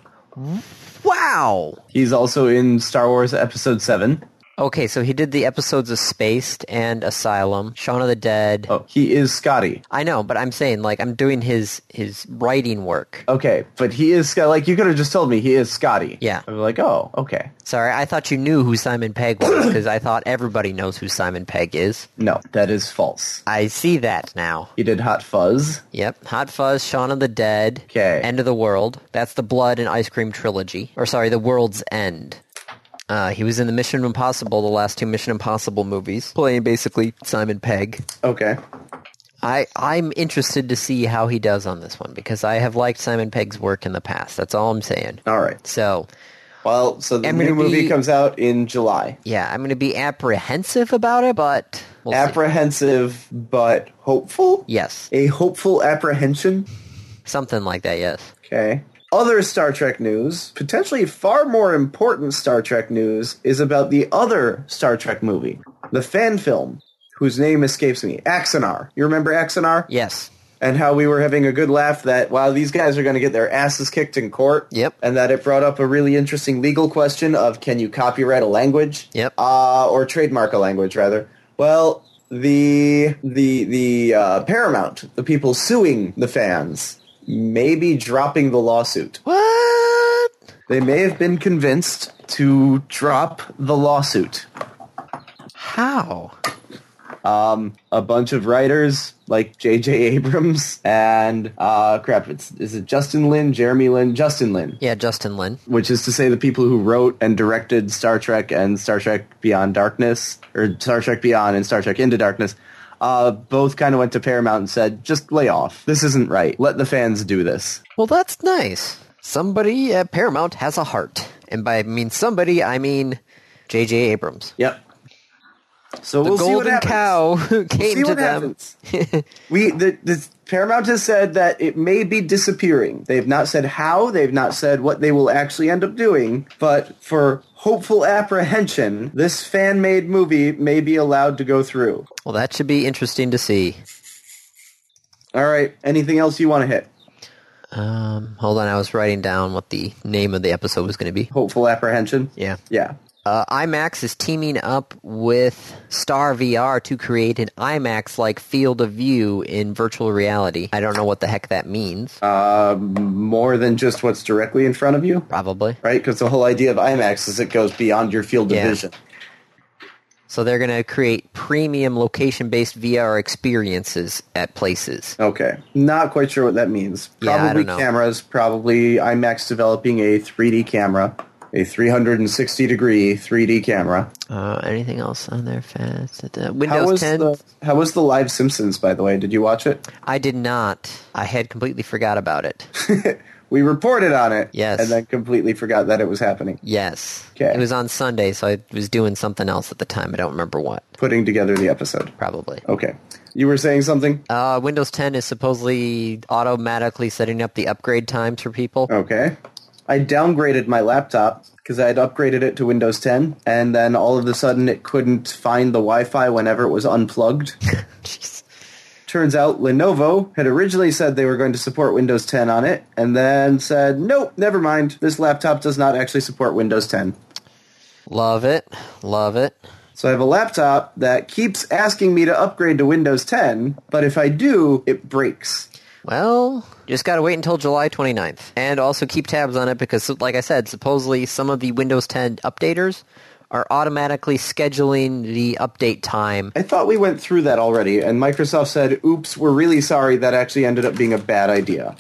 A: Wow!
B: He's also in Star Wars Episode 7.
A: Okay, so he did the episodes of Spaced and Asylum, Shaun of the Dead.
B: Oh, he is Scotty.
A: I know, but I'm saying, like, I'm doing his, his writing work.
B: Okay, but he is Scott. Like, you could have just told me he is Scotty.
A: Yeah.
B: I'm like, oh, okay.
A: Sorry, I thought you knew who Simon Pegg was because I thought everybody knows who Simon Pegg is.
B: No, that is false.
A: I see that now.
B: He did Hot Fuzz.
A: Yep. Hot Fuzz, Shaun of the Dead,
B: Okay.
A: End of the World. That's the Blood and Ice Cream trilogy. Or, sorry, The World's End. Uh, he was in the Mission Impossible, the last two Mission Impossible movies, playing basically Simon Pegg.
B: Okay.
A: I, I'm interested to see how he does on this one because I have liked Simon Pegg's work in the past. That's all I'm saying.
B: All right.
A: So,
B: Well, so the
A: I'm
B: new
A: gonna
B: movie
A: be-
B: comes out in July.
A: yeah, I'm going to be apprehensive about it, but we'll see.
B: Apprehensive, but hopeful?
A: Yes.
B: A hopeful apprehension?
A: Something like that, yes.
B: Okay. Other Star Trek news, potentially far more important Star Trek news, is about the other Star Trek movie, the fan film, whose name escapes me, Axanar. You remember Axanar?
A: Yes.
B: And how we were having a good laugh that, wow, these guys are going to get their asses kicked in court.
A: Yep.
B: And that it brought up a really interesting legal question of can you copyright a language?
A: Yep.
B: Uh, or trademark a language, rather. Well, the the the uh, Paramount, the people suing the fans, may be dropping the lawsuit.
A: What?
B: They may have been convinced to drop the lawsuit.
A: How?
B: Um, a bunch of writers like J.J. Abrams and uh, crap, it's is it Justin Lin, Jeremy Lin, Justin Lin,
A: Yeah, Justin Lin.
B: which is to say the people who wrote and directed Star Trek and Star Trek Beyond Darkness, or Star Trek Beyond and Star Trek Into Darkness. Uh, both kind of went to Paramount and said, just lay off. This isn't right. Let the fans do this.
A: Well, that's nice. Somebody at Paramount has a heart. And by I mean somebody, I mean J.J. Abrams.
B: Yep. So
A: The
B: we'll see what
A: golden
B: happens.
A: cow came to
B: see what
A: them.
B: happens. we the, the Paramount has said that it may be disappearing. They've not said how. They've not said what they will actually end up doing. But for hopeful apprehension, this fan made movie may be allowed to go through.
A: Well, that should be interesting to see.
B: All right. Anything else you want to hit?
A: Um, hold on, I was writing down what the name of the episode was going to be.
B: Hopeful apprehension.
A: Yeah.
B: Yeah.
A: Uh, IMAX is teaming up with Star VR to create an IMAX like field of view in virtual reality. I don't know what the heck that means.
B: Uh. More than just what's directly in front of you,
A: Probably.
B: right? Because the whole idea of IMAX is it goes beyond your field of
A: Yeah.
B: vision.
A: So they're going to create premium location-based VR experiences at places.
B: Okay. Not quite sure what that means.
A: Yeah, I
B: Probably
A: don't know.
B: cameras, probably IMAX developing a 3D camera, a 360 degree 3D camera.
A: Uh, anything else on there fast? Uh,
B: How
A: Windows
B: was
A: 10?
B: the How was the live Simpsons by the way? Did you watch it?
A: I did not. I had completely forgot about it.
B: We reported on it.
A: Yes.
B: And then completely forgot that it was happening.
A: Yes.
B: Okay.
A: It was on Sunday, so I was doing something else at the time. I don't remember what,
B: Putting together the episode.
A: probably.
B: Okay. You were saying something?
A: Uh, Windows 10 is supposedly automatically setting up the upgrade times for people.
B: Okay. I downgraded my laptop because I had upgraded it to Windows 10, and then all of a sudden it couldn't find the Wi-Fi whenever it was unplugged.
A: Jeez.
B: Turns out Lenovo had originally said they were going to support Windows 10 on it, and then said, nope, never mind. This laptop does not actually support Windows 10.
A: Love it. Love it.
B: So I have a laptop that keeps asking me to upgrade to Windows 10, but if I do, it breaks.
A: Well, just got to wait until July 29th. And also keep tabs on it because, like I said, supposedly some of the Windows 10 updaters are automatically scheduling the update time.
B: I thought we went through that already, and Microsoft said, oops, we're really sorry, that actually ended up being a bad idea.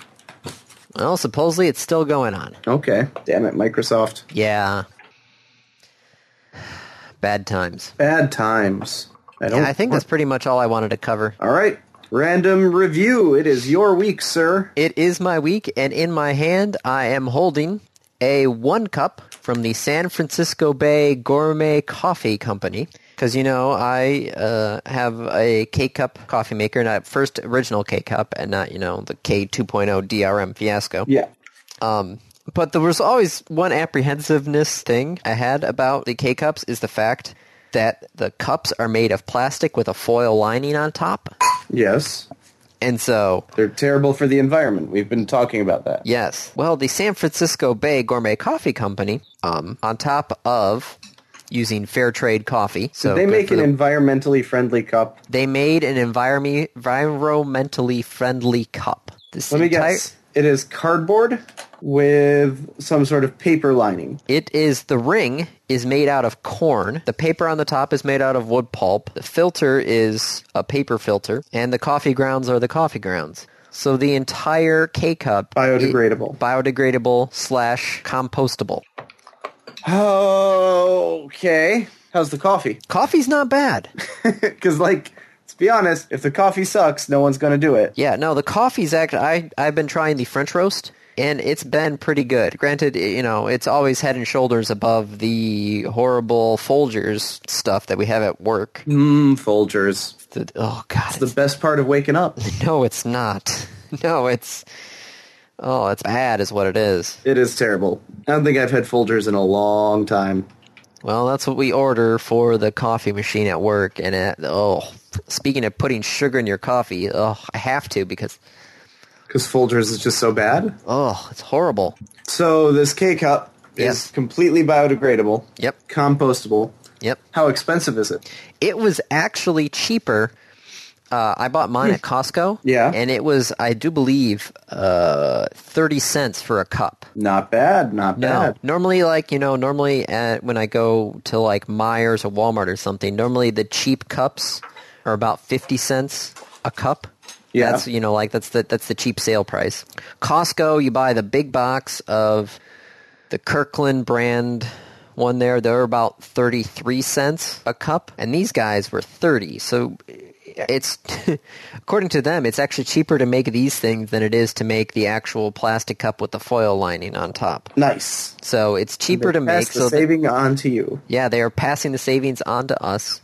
A: Well, supposedly it's still going on.
B: Okay. Damn it, Microsoft.
A: Yeah. Bad times.
B: Bad times. I don't.
A: Yeah, I think that's pretty much all I wanted to cover.
B: All right. Random review. It is your week, sir.
A: It is my week, and in my hand, I am holding a one cup from the San Francisco Bay Gourmet Coffee Company. Because, you know, I uh, have a K cup coffee maker, not first original K cup, and not, you know, the K 2.0 DRM fiasco.
B: Yeah.
A: Um, but there was always one apprehensiveness thing I had about the K cups is the fact that the cups are made of plastic with a foil lining on top.
B: Yes.
A: And so,
B: They're terrible for the environment. We've been talking about that.
A: yes. Well, the San Francisco Bay Gourmet Coffee Company, um, on top of using fair trade coffee, so
B: they
A: good
B: make
A: for
B: an
A: the-
B: environmentally friendly cup.
A: they made an environme- environmentally friendly cup. This
B: Let me
A: entire-
B: guess. It is cardboard with some sort of paper lining.
A: It is the ring is made out of corn. The paper on the top is made out of wood pulp. The filter is a paper filter, and the coffee grounds are the coffee grounds. So the entire K cup
B: Biodegradable.
A: biodegradable slash compostable.
B: Oh, okay. How's the coffee?
A: Coffee's not bad.
B: Because, like, let's be honest, if the coffee sucks, no one's going to do it.
A: Yeah, no, the coffee's act. I I've been trying the French roast, and it's been pretty good. Granted, i- you know, it's always head and shoulders above the horrible Folgers stuff that we have at work.
B: Mmm, Folgers.
A: The- oh God,
B: The best part of waking up.
A: No, it's not. No, it's oh, it's bad, is what it is.
B: It is terrible. I don't think I've had Folgers in a long time.
A: Well, that's what we order for the coffee machine at work. And at, oh, speaking of putting sugar in your coffee, oh, I have to because
B: Because Folgers is just so bad.
A: oh, it's horrible.
B: So this K cup is
A: Yeah.
B: completely biodegradable.
A: Yep.
B: Compostable.
A: Yep,
B: How expensive is it?
A: it was actually cheaper. Uh, I bought mine at Costco.
B: Yeah.
A: and it was, I do believe, uh, thirty cents for a cup.
B: Not bad. Not
A: No,
B: bad.
A: normally, like you know, normally at, when I go to like Myers or Walmart or something, normally the cheap cups are about fifty cents a cup.
B: Yeah.
A: that's you know, like that's the that's the cheap sale price. Costco, you buy the big box of the Kirkland brand one there. They're about thirty three cents a cup, and these guys were thirty. So it's according to them, it's actually cheaper to make these things than it is to make the actual plastic cup with the foil lining on top.
B: Nice.
A: So it's cheaper to make.
B: Pass the
A: So that-
B: saving on to you.
A: yeah, they are passing the savings on to us.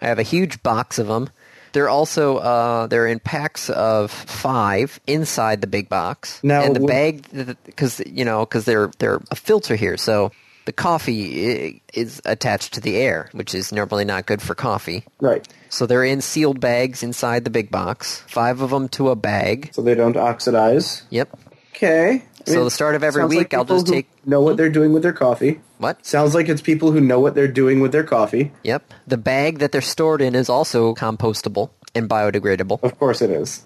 A: I have a huge box of them. They're also uh, they're in packs of five inside the big box.
B: Now,
A: and the
B: would-
A: bag because you know because they're they're a filter here, so the coffee i- is attached to the air, which is normally not good for coffee.
B: Right.
A: So they're in sealed bags inside the big box. Five of them to a bag.
B: So they don't oxidize.
A: Yep.
B: Okay. I
A: So the start of every
B: sounds
A: week, I'll
B: people
A: just
B: who
A: take-
B: know what they're doing with their coffee.
A: What?
B: Sounds like it's people who know what they're doing with their coffee.
A: Yep. The bag that they're stored in is also compostable and biodegradable.
B: Of course it is.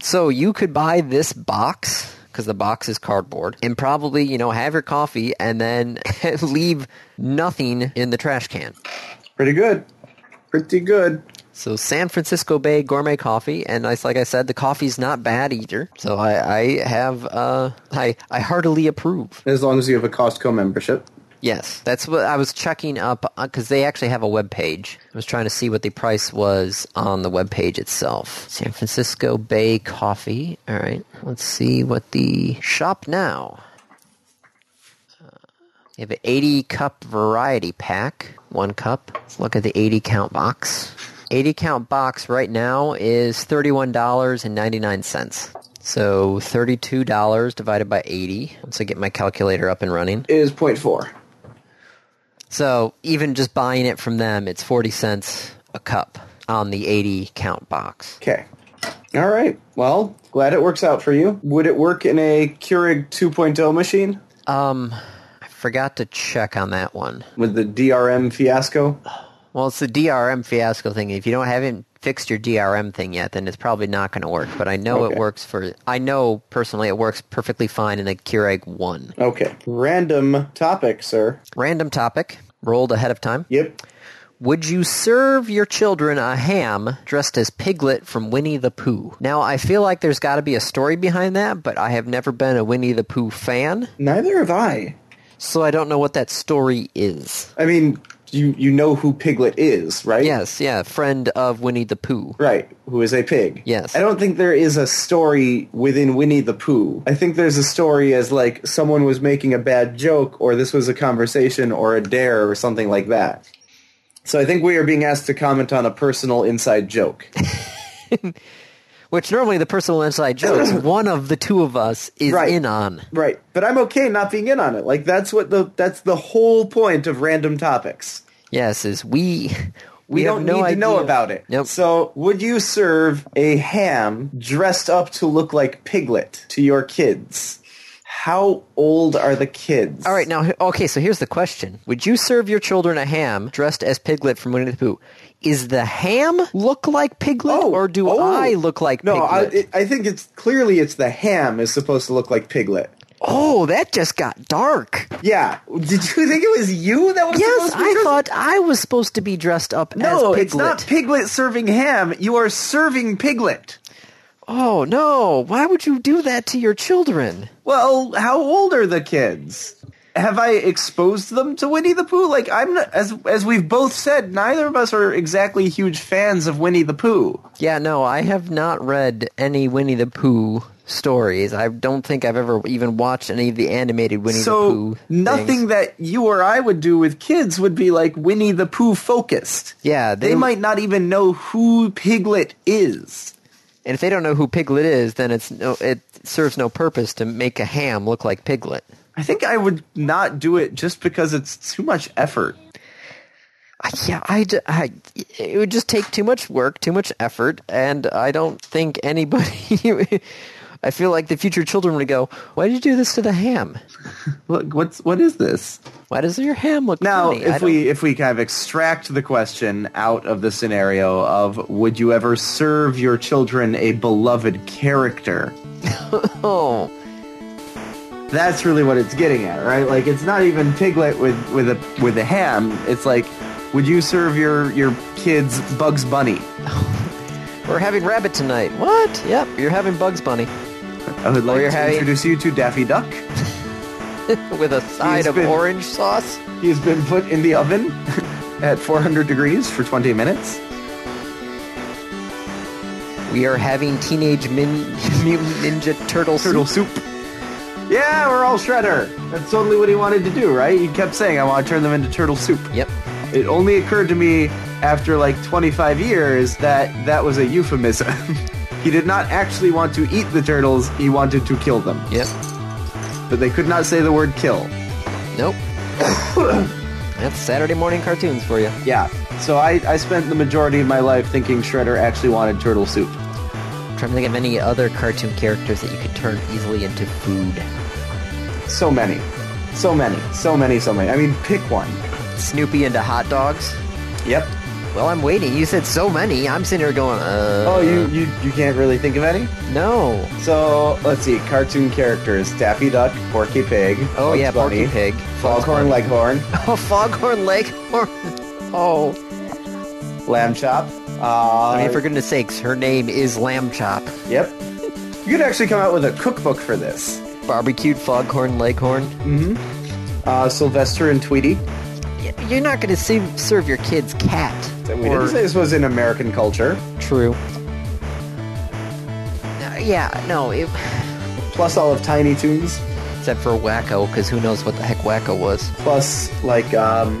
A: So you could buy this box because the box is cardboard and probably, you know, have your coffee and then leave nothing in the trash can.
B: Pretty good. Pretty good.
A: So San Francisco Bay Gourmet Coffee, and it's like I said, the coffee's not bad either. So I, I have, uh, I, I heartily approve.
B: As long as you have a Costco membership.
A: Yes, that's what I was checking up because they actually have a web page. I was trying to see what the price was on the web page itself. San Francisco Bay Coffee. All right, let's see what the shop now. Uh, They have an 80 cup variety pack, one cup. Let's look at the 80 count box. 80 count box right now is $31.99. So $32 divided by 80. Once I get my calculator up and running.
B: Is 0.4.
A: So even just buying it from them, it's 40 cents a cup on the 80 count box.
B: Okay. All right. Well, glad it works out for you. Would it work in a Keurig 2.0 machine
A: Um, I forgot to check on that one.
B: with the DRM fiasco?
A: Well, it's the DRM fiasco thing. If you don't haven't fixed your DRM thing yet, then it's probably not going to work. But I know
B: Okay.
A: it works for. I know personally it works perfectly fine in the Keurig one.
B: Okay. Random topic, sir.
A: Random topic rolled ahead of time.
B: Yep.
A: Would you serve your children a ham dressed as Piglet from Winnie the Pooh? Now, I feel like there's got to be a story behind that, but I have never been a Winnie the Pooh fan,
B: Neither have I.
A: so I don't know what that story is.
B: I mean, you you know who Piglet is, right?
A: Yes, yeah, friend of Winnie the Pooh.
B: Right, who is a pig.
A: Yes.
B: I don't think there is a story within Winnie the Pooh. I think there's a story as like someone was making a bad joke or this was a conversation or a dare or something like that. So I think we are being asked to comment on a personal inside joke.
A: Which normally the personal inside jokes, one of the two of us is
B: Right.
A: in on.
B: right. But I'm okay not being in on it. Like that's what the that's the whole point of random topics.
A: Yes, is we we,
B: We,
A: have
B: don't
A: no
B: need
A: idea.
B: to know about it.
A: Nope.
B: So, would you serve a ham dressed up to look like Piglet to your kids? How old are the kids?
A: All right, now he- okay. So here's the question: Would you serve your children a ham dressed as Piglet from Winnie the Pooh? Is the ham look like Piglet, or do
B: oh.
A: I look like
B: no, I,
A: Piglet?
B: it, I think it's clearly it's the ham is supposed to look like Piglet.
A: oh, that just got dark.
B: Yeah. Did you think it was you that was
A: Yes,
B: supposed to be
A: I
B: dressed-
A: thought I was supposed to be dressed up as
B: No,
A: Piglet.
B: it's not Piglet serving ham. You are serving Piglet.
A: oh no! Why would you do that to your children?
B: Well, how old are the kids? Have I exposed them to Winnie the Pooh? Like I'm not, as as we've both said, neither of us are exactly huge fans of Winnie the Pooh.
A: Yeah, no, I have not read any Winnie the Pooh stories. I don't think I've ever even watched any of the animated Winnie the Pooh.
B: So
A: things.
B: nothing that you or I would do with kids would be like Winnie the Pooh focused.
A: Yeah,
B: They
A: they
B: might not even know who Piglet is.
A: And if they don't know who Piglet is, then it's no, it serves no purpose to make a ham look like Piglet.
B: I think I would not do it just because it's too much effort.
A: I- Yeah, I, d- I- it would just take too much work, too much effort, and I don't think anybody. I feel like the future children would go, "Why did you do this to the ham?
B: Look, what's what is this?
A: Why does your ham look
B: Now,
A: funny?" I
B: if
A: don't-
B: we if we kind of extract the question out of the scenario of would you ever serve your children a beloved character?
A: oh,
B: That's really what it's getting at, right? Like it's not even Piglet with with a with a ham. It's like would you serve your your kids Bugs Bunny?
A: we're having rabbit tonight. What? Yep, you're having Bugs Bunny
B: I would like
A: you're
B: to
A: having-
B: introduce you to Daffy Duck.
A: with a side of
B: been-
A: orange sauce.
B: He has been put in the oven at 400 degrees for 20 minutes.
A: We are having teenage min- Mutant ninja turtle
B: turtle
A: soup.
B: soup. Yeah, we're all shredder. That's totally what he wanted to do, right? He kept saying, I want to turn them into turtle soup.
A: Yep.
B: It only occurred to me after like 25 years that that was a euphemism. he did not actually want to eat the turtles, he wanted to kill them.
A: Yep.
B: But they could not say the word kill.
A: Nope. That's Saturday morning cartoons for you.
B: Yeah. So I, I spent the majority of my life thinking Shredder actually wanted turtle soup.
A: trying to think of any other cartoon characters that you could turn easily into food.
B: So many. So many. So many, so many. I mean, pick one.
A: Snoopy into hot dogs.
B: Yep.
A: Well, I'm waiting. You said so many. I'm sitting here going, uh.
B: Oh, you, you, you can't really think of any?
A: No.
B: So let's see, cartoon characters: Daffy Duck, Porky Pig.
A: Oh,
B: Bugs
A: yeah, Porky
B: Bunny,
A: Pig.
B: Foghorn Leghorn,
A: Oh, Foghorn Leghorn. Oh.
B: Lamb Chop. Uh,
A: I mean, for goodness sakes, her name is Lamb Chop.
B: yep. You could actually come out with a cookbook for this.
A: Barbecued Foghorn Leghorn.
B: Uh, Sylvester and Tweety.
A: Y- You're not going to see, serve your kids cat.
B: We
A: or-
B: didn't say this was in American culture.
A: True. Uh, yeah, no, it,
B: Plus all of Tiny Toons.
A: except for Wacko, because who knows what the heck Wacko was.
B: Plus like um,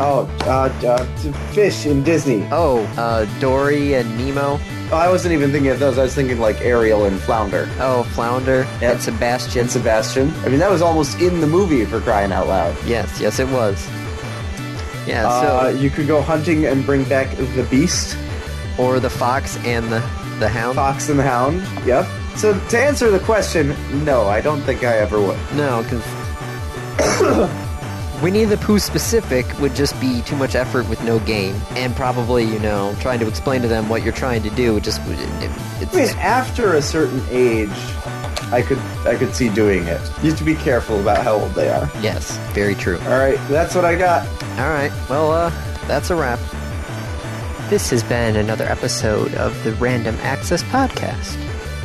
B: oh, uh, uh, fish in Disney.
A: Oh, uh, Dory and Nemo.
B: Oh, I wasn't even thinking of those. I was thinking like Ariel and Flounder
A: Oh, Flounder
B: Yep.
A: and Sebastian.
B: and Sebastian. I mean, that was almost in the movie for crying out loud.
A: yes, yes, it was. Yeah,
B: Uh,
A: so
B: you could go hunting and bring back the beast,
A: or the fox and the the hound.
B: fox and the hound. Yep. So to answer the question, no, I don't think I ever would.
A: No, because Winnie the Pooh specific would just be too much effort with no gain, and probably you know trying to explain to them what you're trying to do would just would- it,
B: I mean,
A: it's
B: after a certain age, I could I could see doing it. You have to be careful about how old they are.
A: yes, very true.
B: All right, that's what I got.
A: All right, well, uh, that's a wrap. This has been another episode of the Random Access Podcast.